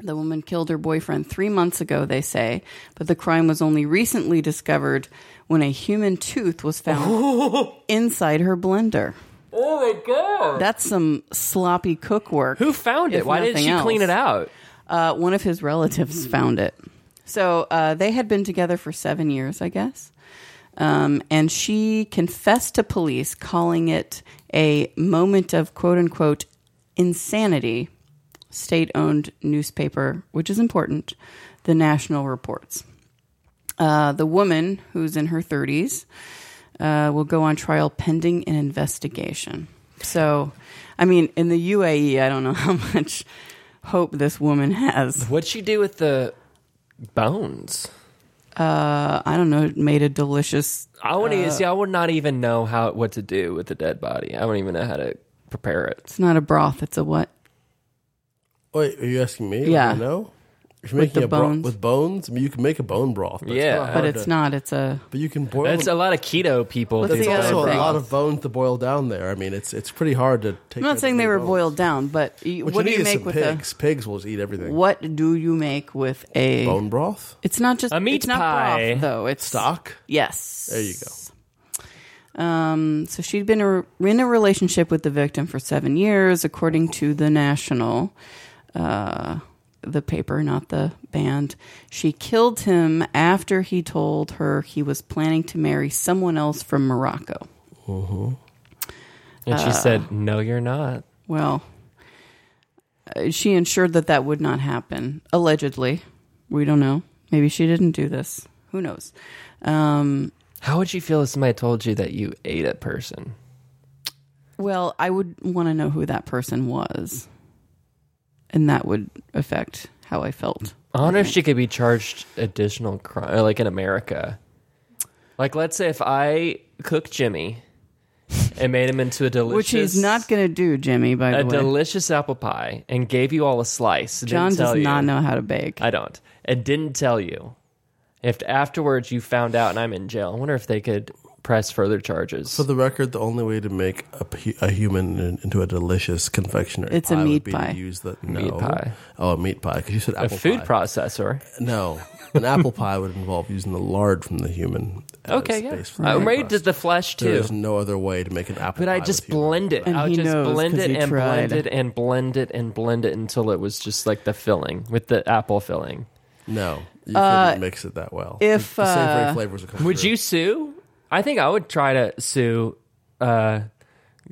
S2: The woman killed her boyfriend three months ago, they say, but the crime was only recently discovered when a human tooth was found inside her blender.
S1: Oh my god!
S2: That's some sloppy cook work.
S1: Who found it?
S2: if
S1: Why didn't
S2: nothing
S1: she clean it
S2: else.
S1: out?
S2: Uh, one of his relatives found it. So uh, they had been together for seven years, I guess. Um, and she confessed to police, calling it a moment of quote unquote insanity. State owned newspaper, which is important, the National Reports. Uh, the woman, who's in her 30s, uh, will go on trial pending an investigation. So, I mean, in the UAE, I don't know how much hope this woman has.
S1: What'd she do with the bones?
S2: Uh, I don't know, made a delicious.
S1: I wouldn't even see. I would not even know how what to do with the dead body. I wouldn't even know how to prepare it.
S2: It's not a broth, it's a what?
S3: Wait, are you asking me?
S2: Yeah.
S3: You know? If you're
S2: With
S3: making
S2: the
S3: a broth
S2: bones.
S3: with bones, I mean, you can make a bone broth. But
S1: Yeah.
S3: it's not
S2: But
S3: hard
S2: it's
S3: to-
S2: not, it's a.
S3: But you can boil.
S1: That's a lot of keto people.
S2: Let's
S1: do
S2: see
S1: that.
S2: how-
S3: also
S2: Yeah.
S3: a lot of bones to boil down there. I mean, it's it's pretty hard to take.
S2: I'm not
S3: that
S2: saying they
S3: many
S2: were
S3: bones.
S2: boiled down, but you,
S3: What,
S2: what do
S3: you, need
S2: you
S3: is
S2: make
S3: some
S2: with
S3: pigs. Pigs will just eat everything.
S2: a. What do you make with a.
S3: Bone broth,
S2: It's not just
S1: A meat
S2: it's not
S1: pie.
S2: broth, though. It's
S3: stock.
S2: Yes.
S3: There you go.
S2: Um, so she'd been a, in a relationship with the victim for seven years, according to the National, uh, the paper, not the band. She killed him after he told her he was planning to marry someone else from Morocco.
S1: And she
S2: Uh.
S1: said, "No, you're not."
S2: Well, uh, she ensured that that would not happen, allegedly. We don't know. Maybe she didn't do this. Who knows? Um,
S1: How would you feel if somebody told you that you ate a person?
S2: Well, I would want to know who that person was. And that would affect how I felt.
S1: I wonder if she could be charged additional crime, like in America. Like, let's say if I cook Jimmy and made him into a delicious,
S2: Which he's not going to do, Jimmy, by
S1: a
S2: the way.
S1: delicious apple pie, and gave you all a slice. didn't
S2: John
S1: tell
S2: does not
S1: you-
S2: know how to bake.
S1: I don't. And didn't tell you. If afterwards you found out and I'm in jail, I wonder if they could press further charges.
S3: For the record, the only way to make a, pu- a human in- into a delicious confectionery
S2: It's a
S3: pie would
S2: meat
S3: be
S2: pie.
S3: to use the no.
S1: Meat pie.
S3: Oh, a meat pie because you said
S1: a
S3: apple
S1: food
S3: pie.
S1: processor.
S3: No, an apple pie would involve using the lard from the human. that
S1: Okay, yeah.
S3: space for
S1: Uh,
S3: the
S1: right
S3: crust.
S1: does the flesh too.
S3: There is no other way to make an apple.
S1: But I
S3: pie
S1: just
S3: with human
S1: blend it.
S3: blood.
S2: And
S1: I would
S2: he
S1: just
S2: knows
S1: blend
S2: 'cause
S1: it
S2: he
S1: and blend
S2: tried.
S1: it and blend it and blend it until it was just like the filling with the apple filling.
S3: No, you couldn't mix it that well.
S2: Uh, if,
S3: the, the savory
S2: uh,
S3: flavors would come
S1: Would
S3: through.
S1: you sue? I think I would try to sue uh,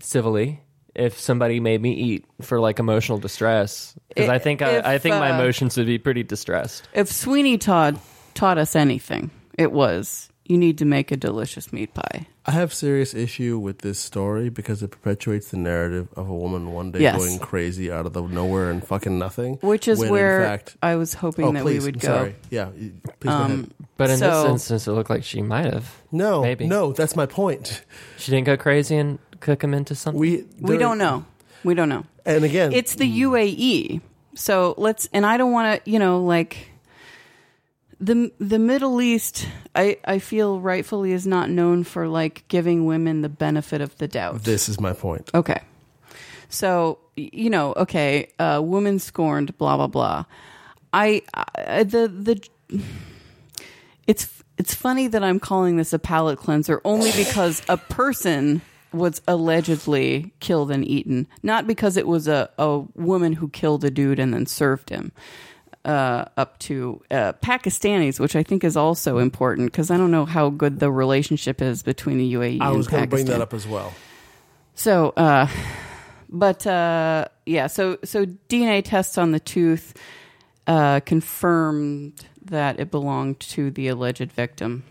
S1: civilly if somebody made me eat for like emotional distress because I think
S2: If,
S1: I, I think my
S2: uh,
S1: emotions would be pretty distressed.
S2: If Sweeney Todd taught us anything, it was you need to make a delicious meat pie.
S3: I have serious issue with this story because it perpetuates the narrative of a woman one day
S2: Yes.
S3: going crazy out of the nowhere and fucking nothing,
S2: Which is
S3: when
S2: where
S3: in fact,
S2: I was hoping
S3: oh
S2: that
S3: please,
S2: we would
S3: I'm
S2: go. Um,
S3: sorry, yeah, you- please go ahead.
S1: But in
S2: so-
S1: this instance, it looked like she might have.
S3: No,
S1: maybe.
S3: no, that's my point.
S1: She didn't go crazy and cook him into something.
S3: We
S2: We
S3: there-
S2: don't know. We don't know.
S3: and again,
S2: It's the UAE. So let's and I don't want to, you know, like the the Middle East I I feel rightfully is not known for like giving women the benefit of the doubt.
S3: this is my point.
S2: Okay. So, y- you know, okay, uh woman scorned blah blah blah. I, I the the it's it's funny that I'm calling this a palate cleanser only because a person was allegedly killed and eaten, not because it was a, a woman who killed a dude and then served him. Uh, up to uh, Pakistanis, which I think is also important because I don't know how good the relationship is between the UAE
S3: I
S2: and
S3: was going to bring
S2: Pakistan.
S3: that up as well.
S2: So, uh, but uh, yeah, so so DNA tests on the tooth uh, confirmed that it belonged to the alleged victim.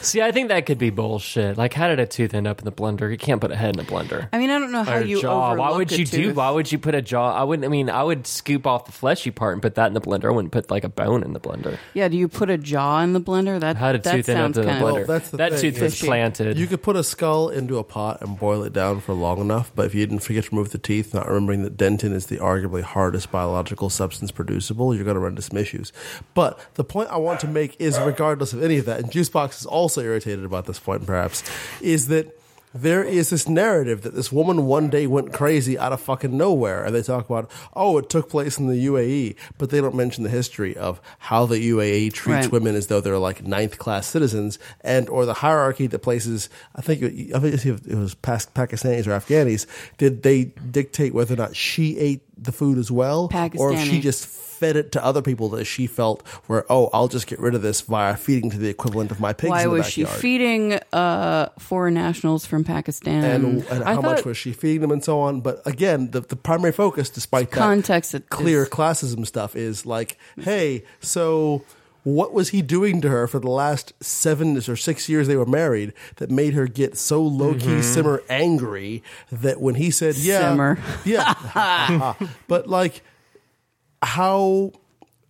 S1: See, I think that could be bullshit. Like, how did a tooth end up in the blender? You can't put a head in a blender.
S2: I mean, I don't know how
S1: Or
S2: you
S1: jaw.
S2: overlook
S1: Why would
S2: a
S1: you do?
S2: tooth.
S1: Why would you put a jaw? I wouldn't. I mean, I would scoop off the fleshy part and put that in the blender. I wouldn't put like a bone in the blender.
S2: yeah, do you put a jaw in the blender? That
S1: How did
S2: that
S1: tooth end up
S2: sounds
S1: in the
S2: kind
S1: blender?
S3: Well, that's the
S1: that
S3: thing,
S1: tooth was
S2: Fishy.
S1: planted.
S3: You could put a skull into a pot and boil it down for long enough, but if you didn't forget to remove the teeth, not remembering that dentin is the arguably hardest biological substance producible, you're going to run into some issues. But the point I want to make is, regardless of any of that, and Juicebox is also irritated about this point, perhaps, is that. There is this narrative that this woman one day went crazy out of fucking nowhere, and they talk about, oh, it took place in the UAE, but they don't mention the history of how the UAE treats
S2: Right.
S3: women women as though they're like ninth class citizens, and or the hierarchy that places. I think it- I think it was past Pakistanis or Afghanis. Did they dictate whether or not she ate the food as well, or if she
S2: Pakistani.
S3: just fed it to other people that she felt were oh I'll just get rid of this via feeding to the equivalent of my pigs.
S2: Why
S3: in the
S2: was she
S3: backyard.
S2: feeding uh, foreign nationals from Pakistan?
S3: and, and
S1: I
S3: how much
S1: thought-
S3: was she feeding them and so on. But again, the, the primary focus, despite that
S2: Context that
S3: clear
S2: is-
S3: classism stuff, is like, hey, so what was he doing to her for the last seven or six years they were married that made her get so low key simmer angry that when he said yeah,
S2: Simmer.
S3: yeah, but like how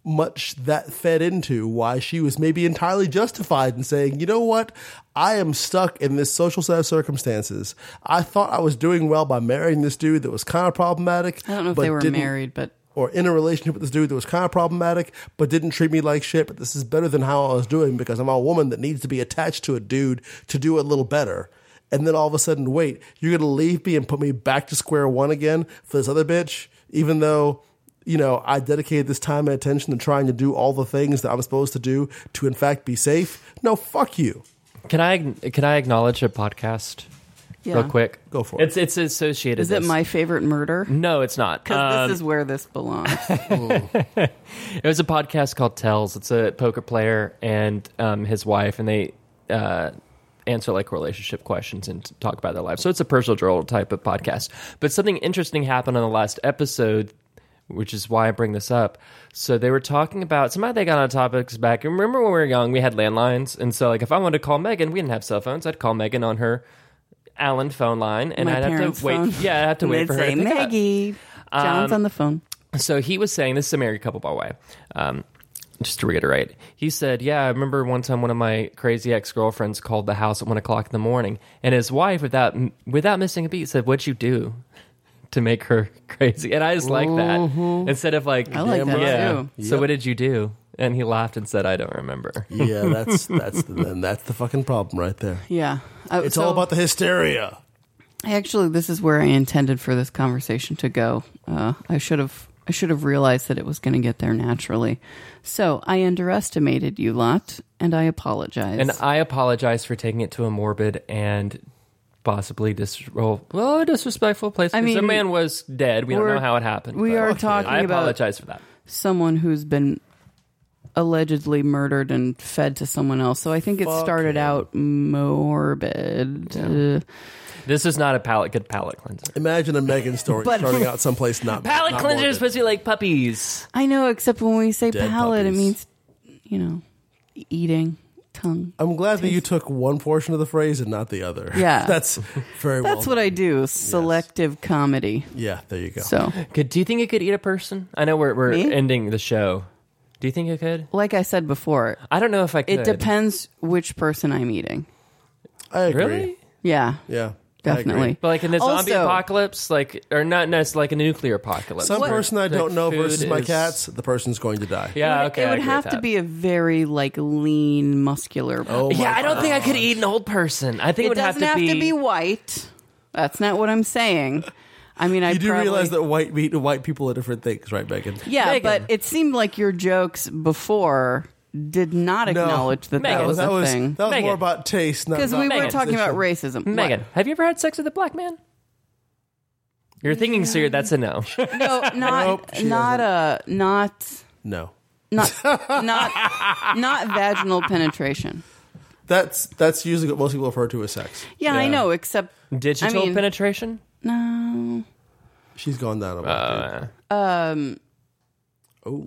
S3: much that fed into why she was maybe entirely justified in saying, you know what? I am stuck in this social set of circumstances. I thought I was doing well by marrying this dude that was kind of problematic.
S2: I don't know if
S3: but
S2: they were
S3: didn't-
S2: married, but
S3: Or in a relationship with this dude that was kind of problematic, but didn't treat me like shit. But this is better than how I was doing because I'm a woman that needs to be attached to a dude to do a little better. And then all of a sudden, wait, you're going to leave me and put me back to square one again for this other bitch, even though you know, I dedicated this time and attention to trying to do all the things that I'm supposed to do to, in fact, be safe. No, fuck you.
S1: can I? Can I acknowledge a podcast
S2: yeah.
S1: real quick?
S3: Go for it.
S1: It's it's associated.
S2: Is it
S1: this.
S2: my favorite murder?
S3: Mm,
S1: No, it's not.
S2: Because
S1: Um,
S2: this is where this belongs.
S1: It was a podcast called Tells. It's a poker player and um, his wife, and they uh, answer like relationship questions and t- talk about their lives. So it's a personal journal type of podcast. But something interesting happened on the last episode, which is why I bring this up. So they were talking about somehow they got on topics back. And remember when we were young, we had landlines, and so like if I wanted to call Megan, we didn't have cell phones. I'd call Megan on her Allen phone line, and
S2: My
S1: I'd have
S2: parents'
S1: to wait.
S2: phone.
S1: Yeah, I'd have to
S2: And
S1: wait
S2: they'd
S1: for her.
S2: say,
S1: to pick up. Um,
S2: Maggie. John's on the phone.
S1: So he was saying, this is a married couple, by the way. Um, just to reiterate, he said, Yeah, I remember one time one of my crazy ex girlfriends called the house at one o'clock in the morning. And his wife, without, without missing a beat, said, What'd you do to make her crazy? And I just like that. Instead of like,
S2: Mm-hmm. I like that
S1: Yeah.
S2: too.
S1: So what did you do? And he laughed and said, I don't remember.
S3: Yeah, that's that's and that's the fucking problem right there.
S2: Yeah. I-
S3: It's
S2: so-
S3: all about the hysteria.
S2: Actually, this is where I intended for this conversation to go. Uh, I should have. I I should have realized that it was going to get there naturally. So I underestimated you lot, and I apologize.
S1: And I apologize for taking it to a morbid and possibly dis- well, well, disrespectful place.
S2: I
S1: I mean, the
S2: mean,
S1: man was dead. We don't
S2: we're-
S1: know how it happened.
S2: we
S1: but
S2: are talking
S1: I
S2: about-
S1: apologize for that.
S2: someone who's been allegedly murdered and fed to someone else. So I think it started out morbid. Uh,
S1: This is not a palate good palate cleanser.
S3: Imagine a Megan story
S2: But-
S3: starting out someplace not
S1: Palate
S3: not
S1: cleanser is
S3: morbid.
S1: supposed to be like puppies.
S2: I know, except when we say
S3: Dead
S2: palate, it
S3: puppies.
S2: means, you know, eating, tongue.
S3: I'm glad that you took one portion of the phrase and not the other.
S2: Yeah.
S3: that's very.
S2: That's
S3: well
S2: what I do selective comedy.
S3: Yeah, there you go.
S2: So,
S1: Could, do you think it could eat a person? I know we're, we're
S2: Me?
S1: ending the show. Do you think it could?
S2: like I said before,
S1: I don't know if I could.
S2: it depends which person I'm eating.
S3: I agree.
S1: Really?
S2: Yeah,
S3: Yeah, I agree.
S2: definitely.
S1: But like in the zombie
S2: Also-
S1: apocalypse, like or not, no, it's like a nuclear apocalypse.
S3: Some
S1: where
S3: person I
S1: the
S3: don't know
S1: food
S3: versus my
S1: is-
S3: cats, the person's going to die.
S1: Yeah, okay.
S2: it
S1: I
S2: would
S1: agree
S2: have
S1: with
S2: to
S1: that.
S2: be a very like lean, muscular.
S3: Oh my
S1: Yeah, I don't think I could eat an old person. I think it,
S2: it
S1: would
S2: doesn't
S1: have to be.
S2: white. That's not what I'm saying. I mean, I
S3: You do
S2: probably,
S3: realize that white meat and white people are different things, right, Megan?
S2: Yeah,
S1: Megan.
S2: but it seemed like your jokes before did not acknowledge that that
S1: Megan,
S2: was
S3: that
S2: a
S3: was
S2: thing.
S3: that was
S1: Megan.
S3: more about taste, not
S2: Because we
S3: about
S2: were
S1: Megan.
S2: talking about
S3: position.
S2: racism. What?
S1: Megan, have you ever had sex with a black man? You're thinking, sir, that's a no.
S2: No, not
S3: she
S2: not a not
S3: No,
S2: not not not vaginal penetration.
S3: that's that's usually what most people refer to as sex.
S2: Yeah, I know. Except
S1: Digital
S2: I mean-
S1: penetration?
S2: no.
S3: She's gone down a lot.
S1: Uh,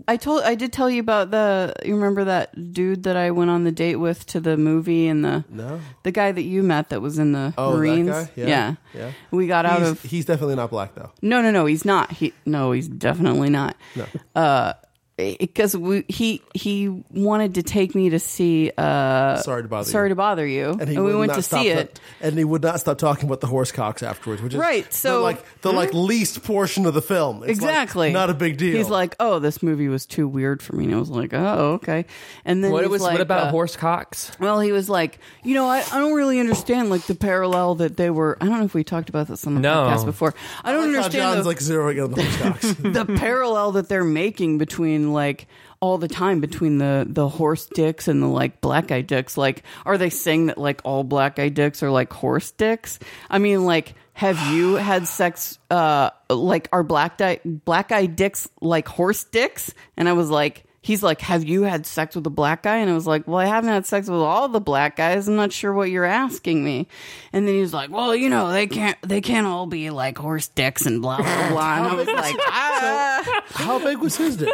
S2: I told I did tell you about the you remember that dude that I went on the date with to the movie and the
S3: no,
S2: the guy that you met that was in the
S3: Oh, that
S2: Marines.
S3: guy? Yeah.
S2: yeah.
S3: Yeah.
S2: We got out
S3: he's,
S2: of
S3: he's definitely not black though.
S2: No, no, no, he's not. He no, he's definitely not. No. Uh because we, he he wanted to take me to see uh
S3: Sorry to bother.
S2: Sorry to
S3: you.
S2: bother you. And, we
S3: would
S2: went
S3: not
S2: to
S3: stop
S2: see
S3: ta-
S2: it.
S3: and he would not stop talking about the horse cocks afterwards, which is
S2: Right,
S3: the,
S2: so- Hmm?
S3: like the like least portion of the film. It's like,
S2: Exactly.
S3: not a big deal.
S2: He's like, "Oh, this movie was too weird for me." And I was like, "Oh, okay." And then
S1: what
S2: he's
S1: was
S2: like,
S1: what about
S2: uh,
S1: horse cocks?
S2: Well, he was like, you know, I, I don't really understand like the parallel that they were. I don't know if we talked about this on the
S1: No.
S2: podcast before. I don't
S3: How
S2: understand
S3: John's
S2: the,
S3: like zeroing in on the horse cocks.
S2: the parallel that they're making between like all the time between the the horse dicks and the like black eye dicks. Like, are they saying that like all black eye dicks are like horse dicks? I mean, like, have you had sex? Uh, like, are black di- black eye dicks like horse dicks? And I was like. He's like, Have you had sex with a black guy? And I was like, Well, I haven't had sex with all the black guys. I'm not sure what you're asking me. And then he's like, Well, you know, they can't they can't all be like horse dicks and blah blah blah. And I was like, ah.
S3: How big was his dick?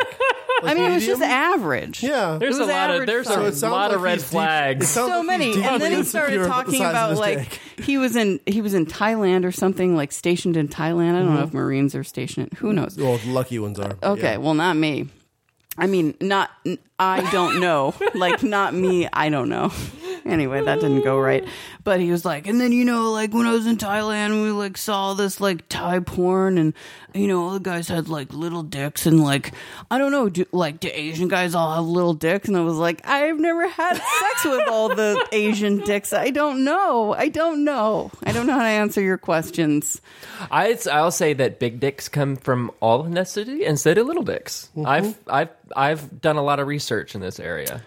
S2: I mean, it was
S3: medium?
S2: just average.
S3: Yeah.
S1: There's
S2: was
S1: a lot of
S2: average
S1: there's
S2: size. So
S1: a
S2: it
S3: sounds
S1: lot of
S3: like
S1: red
S3: he's deep- it
S1: flags.
S3: sounds
S2: So
S3: like he's
S2: many, and then
S3: deeply
S2: he
S3: insecure
S2: started
S3: about the
S2: talking
S3: size of
S2: about
S3: his
S2: like
S3: dick.
S2: he was in he was in Thailand or something, like stationed in Thailand. I don't
S3: Mm-hmm.
S2: know if Marines are stationed. Who knows?
S3: Well, the lucky ones are.
S2: Okay,
S3: Yeah.
S2: well, not me. I mean, not n- I don't know. like, not me. I don't know. Anyway, that didn't go right. But he was like, and then you know, like when I was in Thailand, we like saw this like Thai porn, and you know, all the guys had like little dicks, and like I don't know, do, like do Asian guys all have little dicks? And I was like, I've never had sex with all the Asian dicks. I don't know. I don't know. I don't know how to answer your questions.
S1: I I'll say that big dicks come from all ethnicity instead of little dicks. I've I've I've done a lot of research in this area.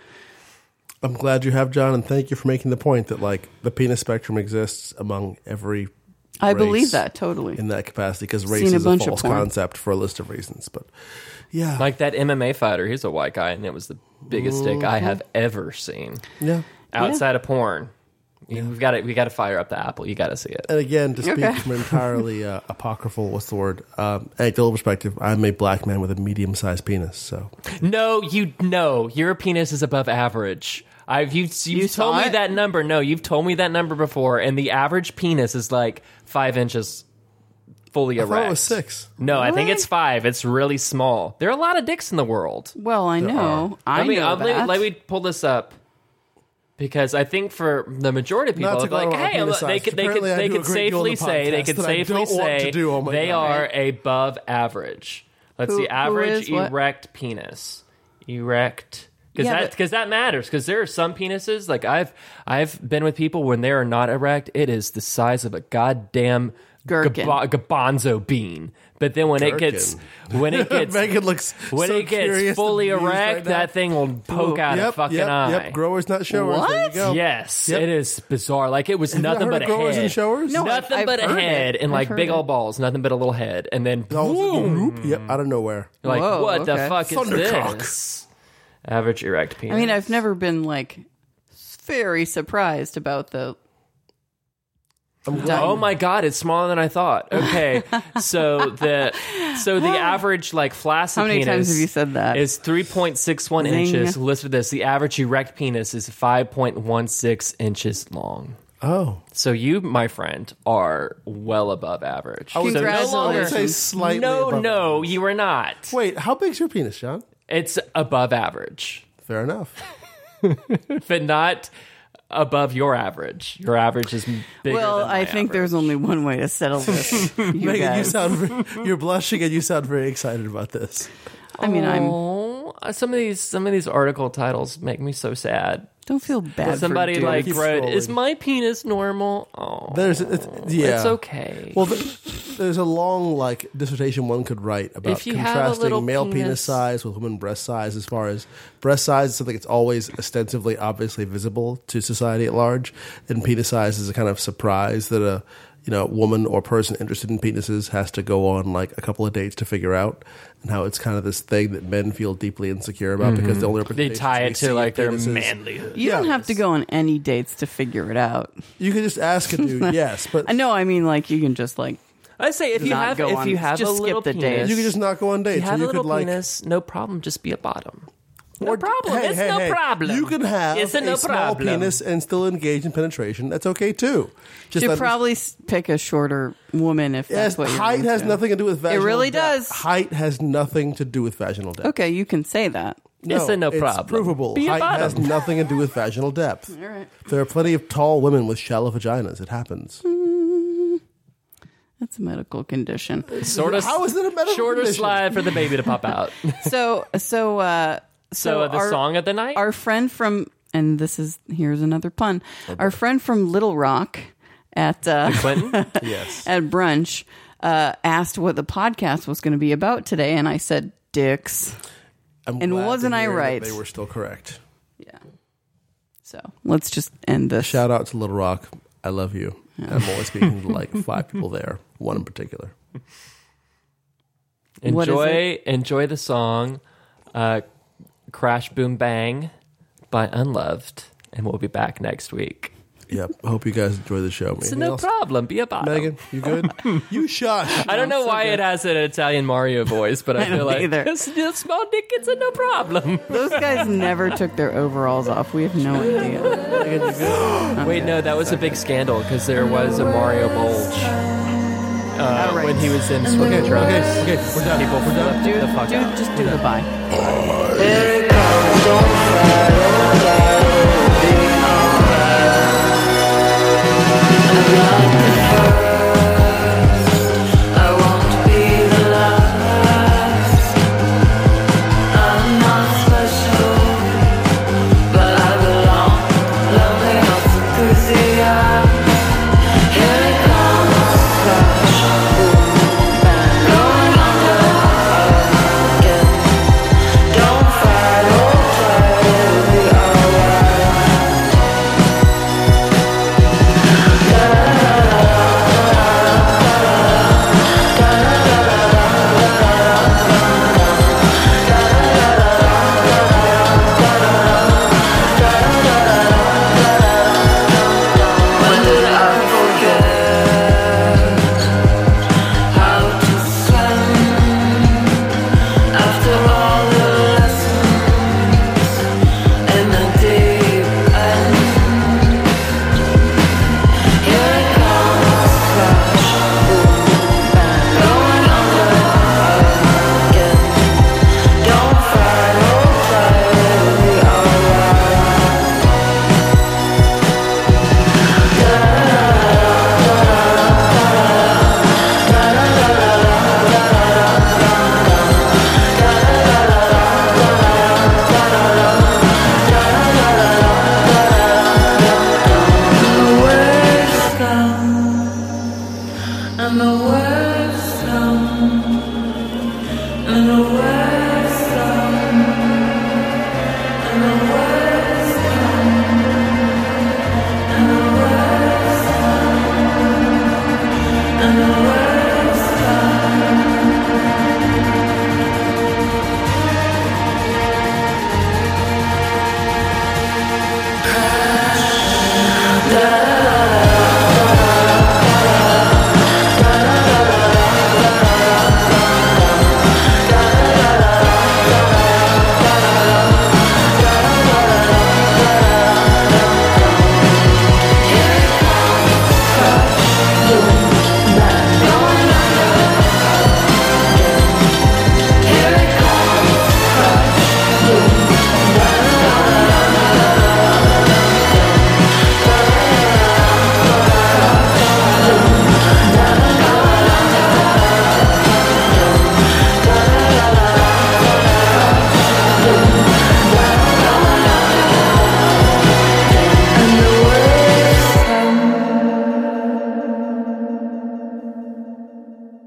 S3: I'm glad you have, John, and thank you for making the point that like the penis spectrum exists among every.
S2: I
S3: race
S2: believe that totally.
S3: in that capacity because race
S2: Seen a
S3: is a
S2: bunch of
S3: false
S2: porn.
S3: concept for a list of reasons. But yeah,
S1: Like that MMA fighter, he's a white guy, and it was the biggest dick I have ever seen
S3: yeah.
S1: outside of porn. You- We've got to we got to fire up the apple. You got to see it.
S3: And again, to speak
S2: Okay.
S3: from an entirely uh, apocryphal, what's the word? Um, anecdotal perspective, I'm a black man with a medium-sized penis. So
S1: No, you no. Your penis is above average. I've you you've
S2: You
S1: told
S2: saw
S1: me
S2: it?
S1: that number. No, you've told me that number before, and the average penis is like five inches fully
S3: I
S1: erect.
S3: thought it was six.
S1: No, I think it's five. It's really small. There are a lot of dicks in the world.
S2: Well, I know. I
S1: let me,
S2: know
S1: I'll- let me-
S2: that.
S1: Let, me pull this up. Because I think for the majority of people,
S3: Not to
S1: it's like,
S3: go on
S1: hey,
S3: penis
S1: look, they
S3: size.
S1: could, they could,
S3: Apparently I
S1: they
S3: do a
S1: could
S3: great deal on
S1: safely
S3: the
S1: say, they
S3: podcast
S1: could
S3: that I
S1: safely
S3: don't want to
S1: say
S3: do. Oh my
S1: they
S3: God.
S1: are above average. Let's
S2: Who-
S1: see,
S2: who
S1: average
S2: is what?
S1: erect penis, erect, because
S2: Yeah,
S1: that
S2: but-
S1: because that matters. Because there are some penises, like I've I've been with people when they are not erect, it is the size of a goddamn
S2: Gherkin.
S1: gaba- garbanzo bean. But then when it gets when it gets
S3: Megan looks
S1: when
S3: so
S1: it gets
S3: curious
S1: fully
S3: and amused
S1: erect,
S3: right now.
S1: that thing will poke out a fucking
S3: yep,
S1: eye.
S3: Yep, growers not showers. There you
S2: What?
S3: go.
S1: Yes,
S3: Yep.
S1: it is bizarre. Like it was
S3: not
S1: nothing
S3: heard
S1: but
S3: of
S1: a
S3: growers
S1: head.
S3: and showers? No,
S1: nothing
S2: I've-
S1: but
S2: I've
S1: a
S2: heard
S1: head
S2: it.
S1: and
S2: I've
S1: like
S2: heard
S1: big
S2: it.
S1: old balls. Nothing but a little head, and then
S3: All of a
S1: boom.
S3: sudden, whoop. Yep, out of nowhere.
S1: Like
S2: Whoa,
S1: what the
S2: okay.
S1: fuck is
S3: Thundercock.
S1: this? Average erect penis.
S2: I mean, I've never been like very surprised about the.
S1: Oh my god, it's smaller than I thought. Okay, so the so the average like flaccid
S2: How many
S1: penis
S2: times have you said that?
S1: is three point six one
S2: Zing.
S1: inches. Listen to this: the average erect penis is five point one six inches long.
S3: Oh,
S1: So you, my friend, are well above average.
S3: would-
S1: so no
S3: I would
S1: longer-
S3: say slightly.
S1: no,
S3: above
S1: no, you are not.
S3: Wait, how big's your penis, Sean?
S1: It's above average,
S3: Fair enough.
S1: but not above your average. Your average is bigger.
S2: Well,
S1: than my
S2: I think
S1: average.
S2: there's only one way to settle this. you
S3: Megan, you
S2: guys.
S3: sound very, you're blushing and you sound very excited about this.
S2: I mean, I'm.
S1: Oh, some of these some of these article titles make me so sad.
S2: Don't feel bad. for
S1: Somebody
S2: doing
S1: like
S3: Keep
S1: wrote,
S3: scrolling.
S1: "Is my penis normal?" Oh,
S3: There's it's, yeah.
S1: it's okay.
S3: Well, th- there's a long like dissertation one could write about
S1: If you have a little
S3: contrasting male penis.
S1: penis-
S3: size with women breast size. As far as breast size is something that's always ostensibly, obviously visible to society at large, and penis size is a kind of surprise that a you know woman or person interested in penises has to go on like a couple of dates to figure out, and how it's kind of this thing that men feel deeply insecure about
S1: Mm-hmm.
S3: because the only
S1: they
S3: representations
S1: tie
S3: we
S1: it
S3: see
S1: to
S3: of
S1: like their
S3: penises-
S1: manlyhood.
S2: You don't
S3: Yeah.
S2: have to go on any dates to figure it out.
S3: You could just ask a dude, yes, but
S2: I know. I mean, like you can just like
S1: I say, if you
S2: Not
S1: have,
S2: go
S1: if
S2: on-
S1: you have
S2: just
S1: a
S2: skip
S1: little
S2: the date.
S1: penis,
S3: you could just not go on
S1: if you
S3: dates. or
S1: have a
S3: you
S1: little
S3: could like
S1: penis, no problem. Just be a bottom. No
S3: Or-
S1: problem.
S3: hey,
S1: it's
S3: hey,
S1: no
S3: hey.
S1: problem.
S3: You can have
S1: it's
S3: a,
S1: a no
S3: small
S1: problem.
S3: penis and still engage in penetration. That's okay too. Just
S2: should
S3: under-
S2: probably s- pick a shorter woman if
S3: yes,
S2: that's what you're
S3: height has
S2: into.
S3: nothing to do with vaginal.
S2: really
S3: depth.
S2: does.
S3: Height has nothing to do with vaginal depth.
S2: Okay, you can say that.
S1: It's a no problem.
S3: provable.
S1: Be a
S3: height
S1: bottom.
S3: has nothing to do with vaginal depth. All right. There are plenty of tall women with shallow vaginas. It happens.
S2: That's a medical condition.
S1: Sort of.
S3: How is it a medical
S1: Shorter
S3: condition?
S1: slide for the baby to pop out. so,
S2: So, so, uh, so,
S1: uh, the
S2: our,
S1: song of the night.
S2: our friend from, and this is here's another pun. Our friend from Little Rock at uh,
S1: Clinton.
S3: Yes.
S2: at brunch uh, asked what the podcast was going to be about today, and I said dicks.
S3: I'm
S2: And
S3: glad to
S2: wasn't I
S3: hear that
S2: right?
S3: They were still correct.
S2: Yeah. So let's just end this.
S3: Shout out to Little Rock. I love you. I'm always speaking to like five people there. One in particular.
S2: What is
S1: Enjoy enjoy the song uh, Crash Boom Bang by Unloved and we'll be back next week.
S3: Yep. Hope you guys enjoy the show.
S1: So
S3: Anything
S1: no
S3: else?
S1: problem, be a bottom.
S3: Megan, you good? you shush.
S1: I don't know why it has an Italian Mario voice, but I,
S2: I
S1: feel
S2: don't
S1: like
S2: either.
S1: It's, it's small dick it's a no problem.
S2: Those guys never took their overalls off. We have no idea.
S1: Wait, no, that was a big scandal because there was a Mario bulge uh,
S2: All right.
S1: when he was in swimming
S3: Okay,
S1: trunks.
S3: okay, okay, we're done,
S1: People
S3: we're done.
S1: flipped
S2: Dude,
S1: the fuck
S2: dude,
S1: out.
S2: just do the bye.
S8: Don't fight, don't fight, it'll be alright. and away.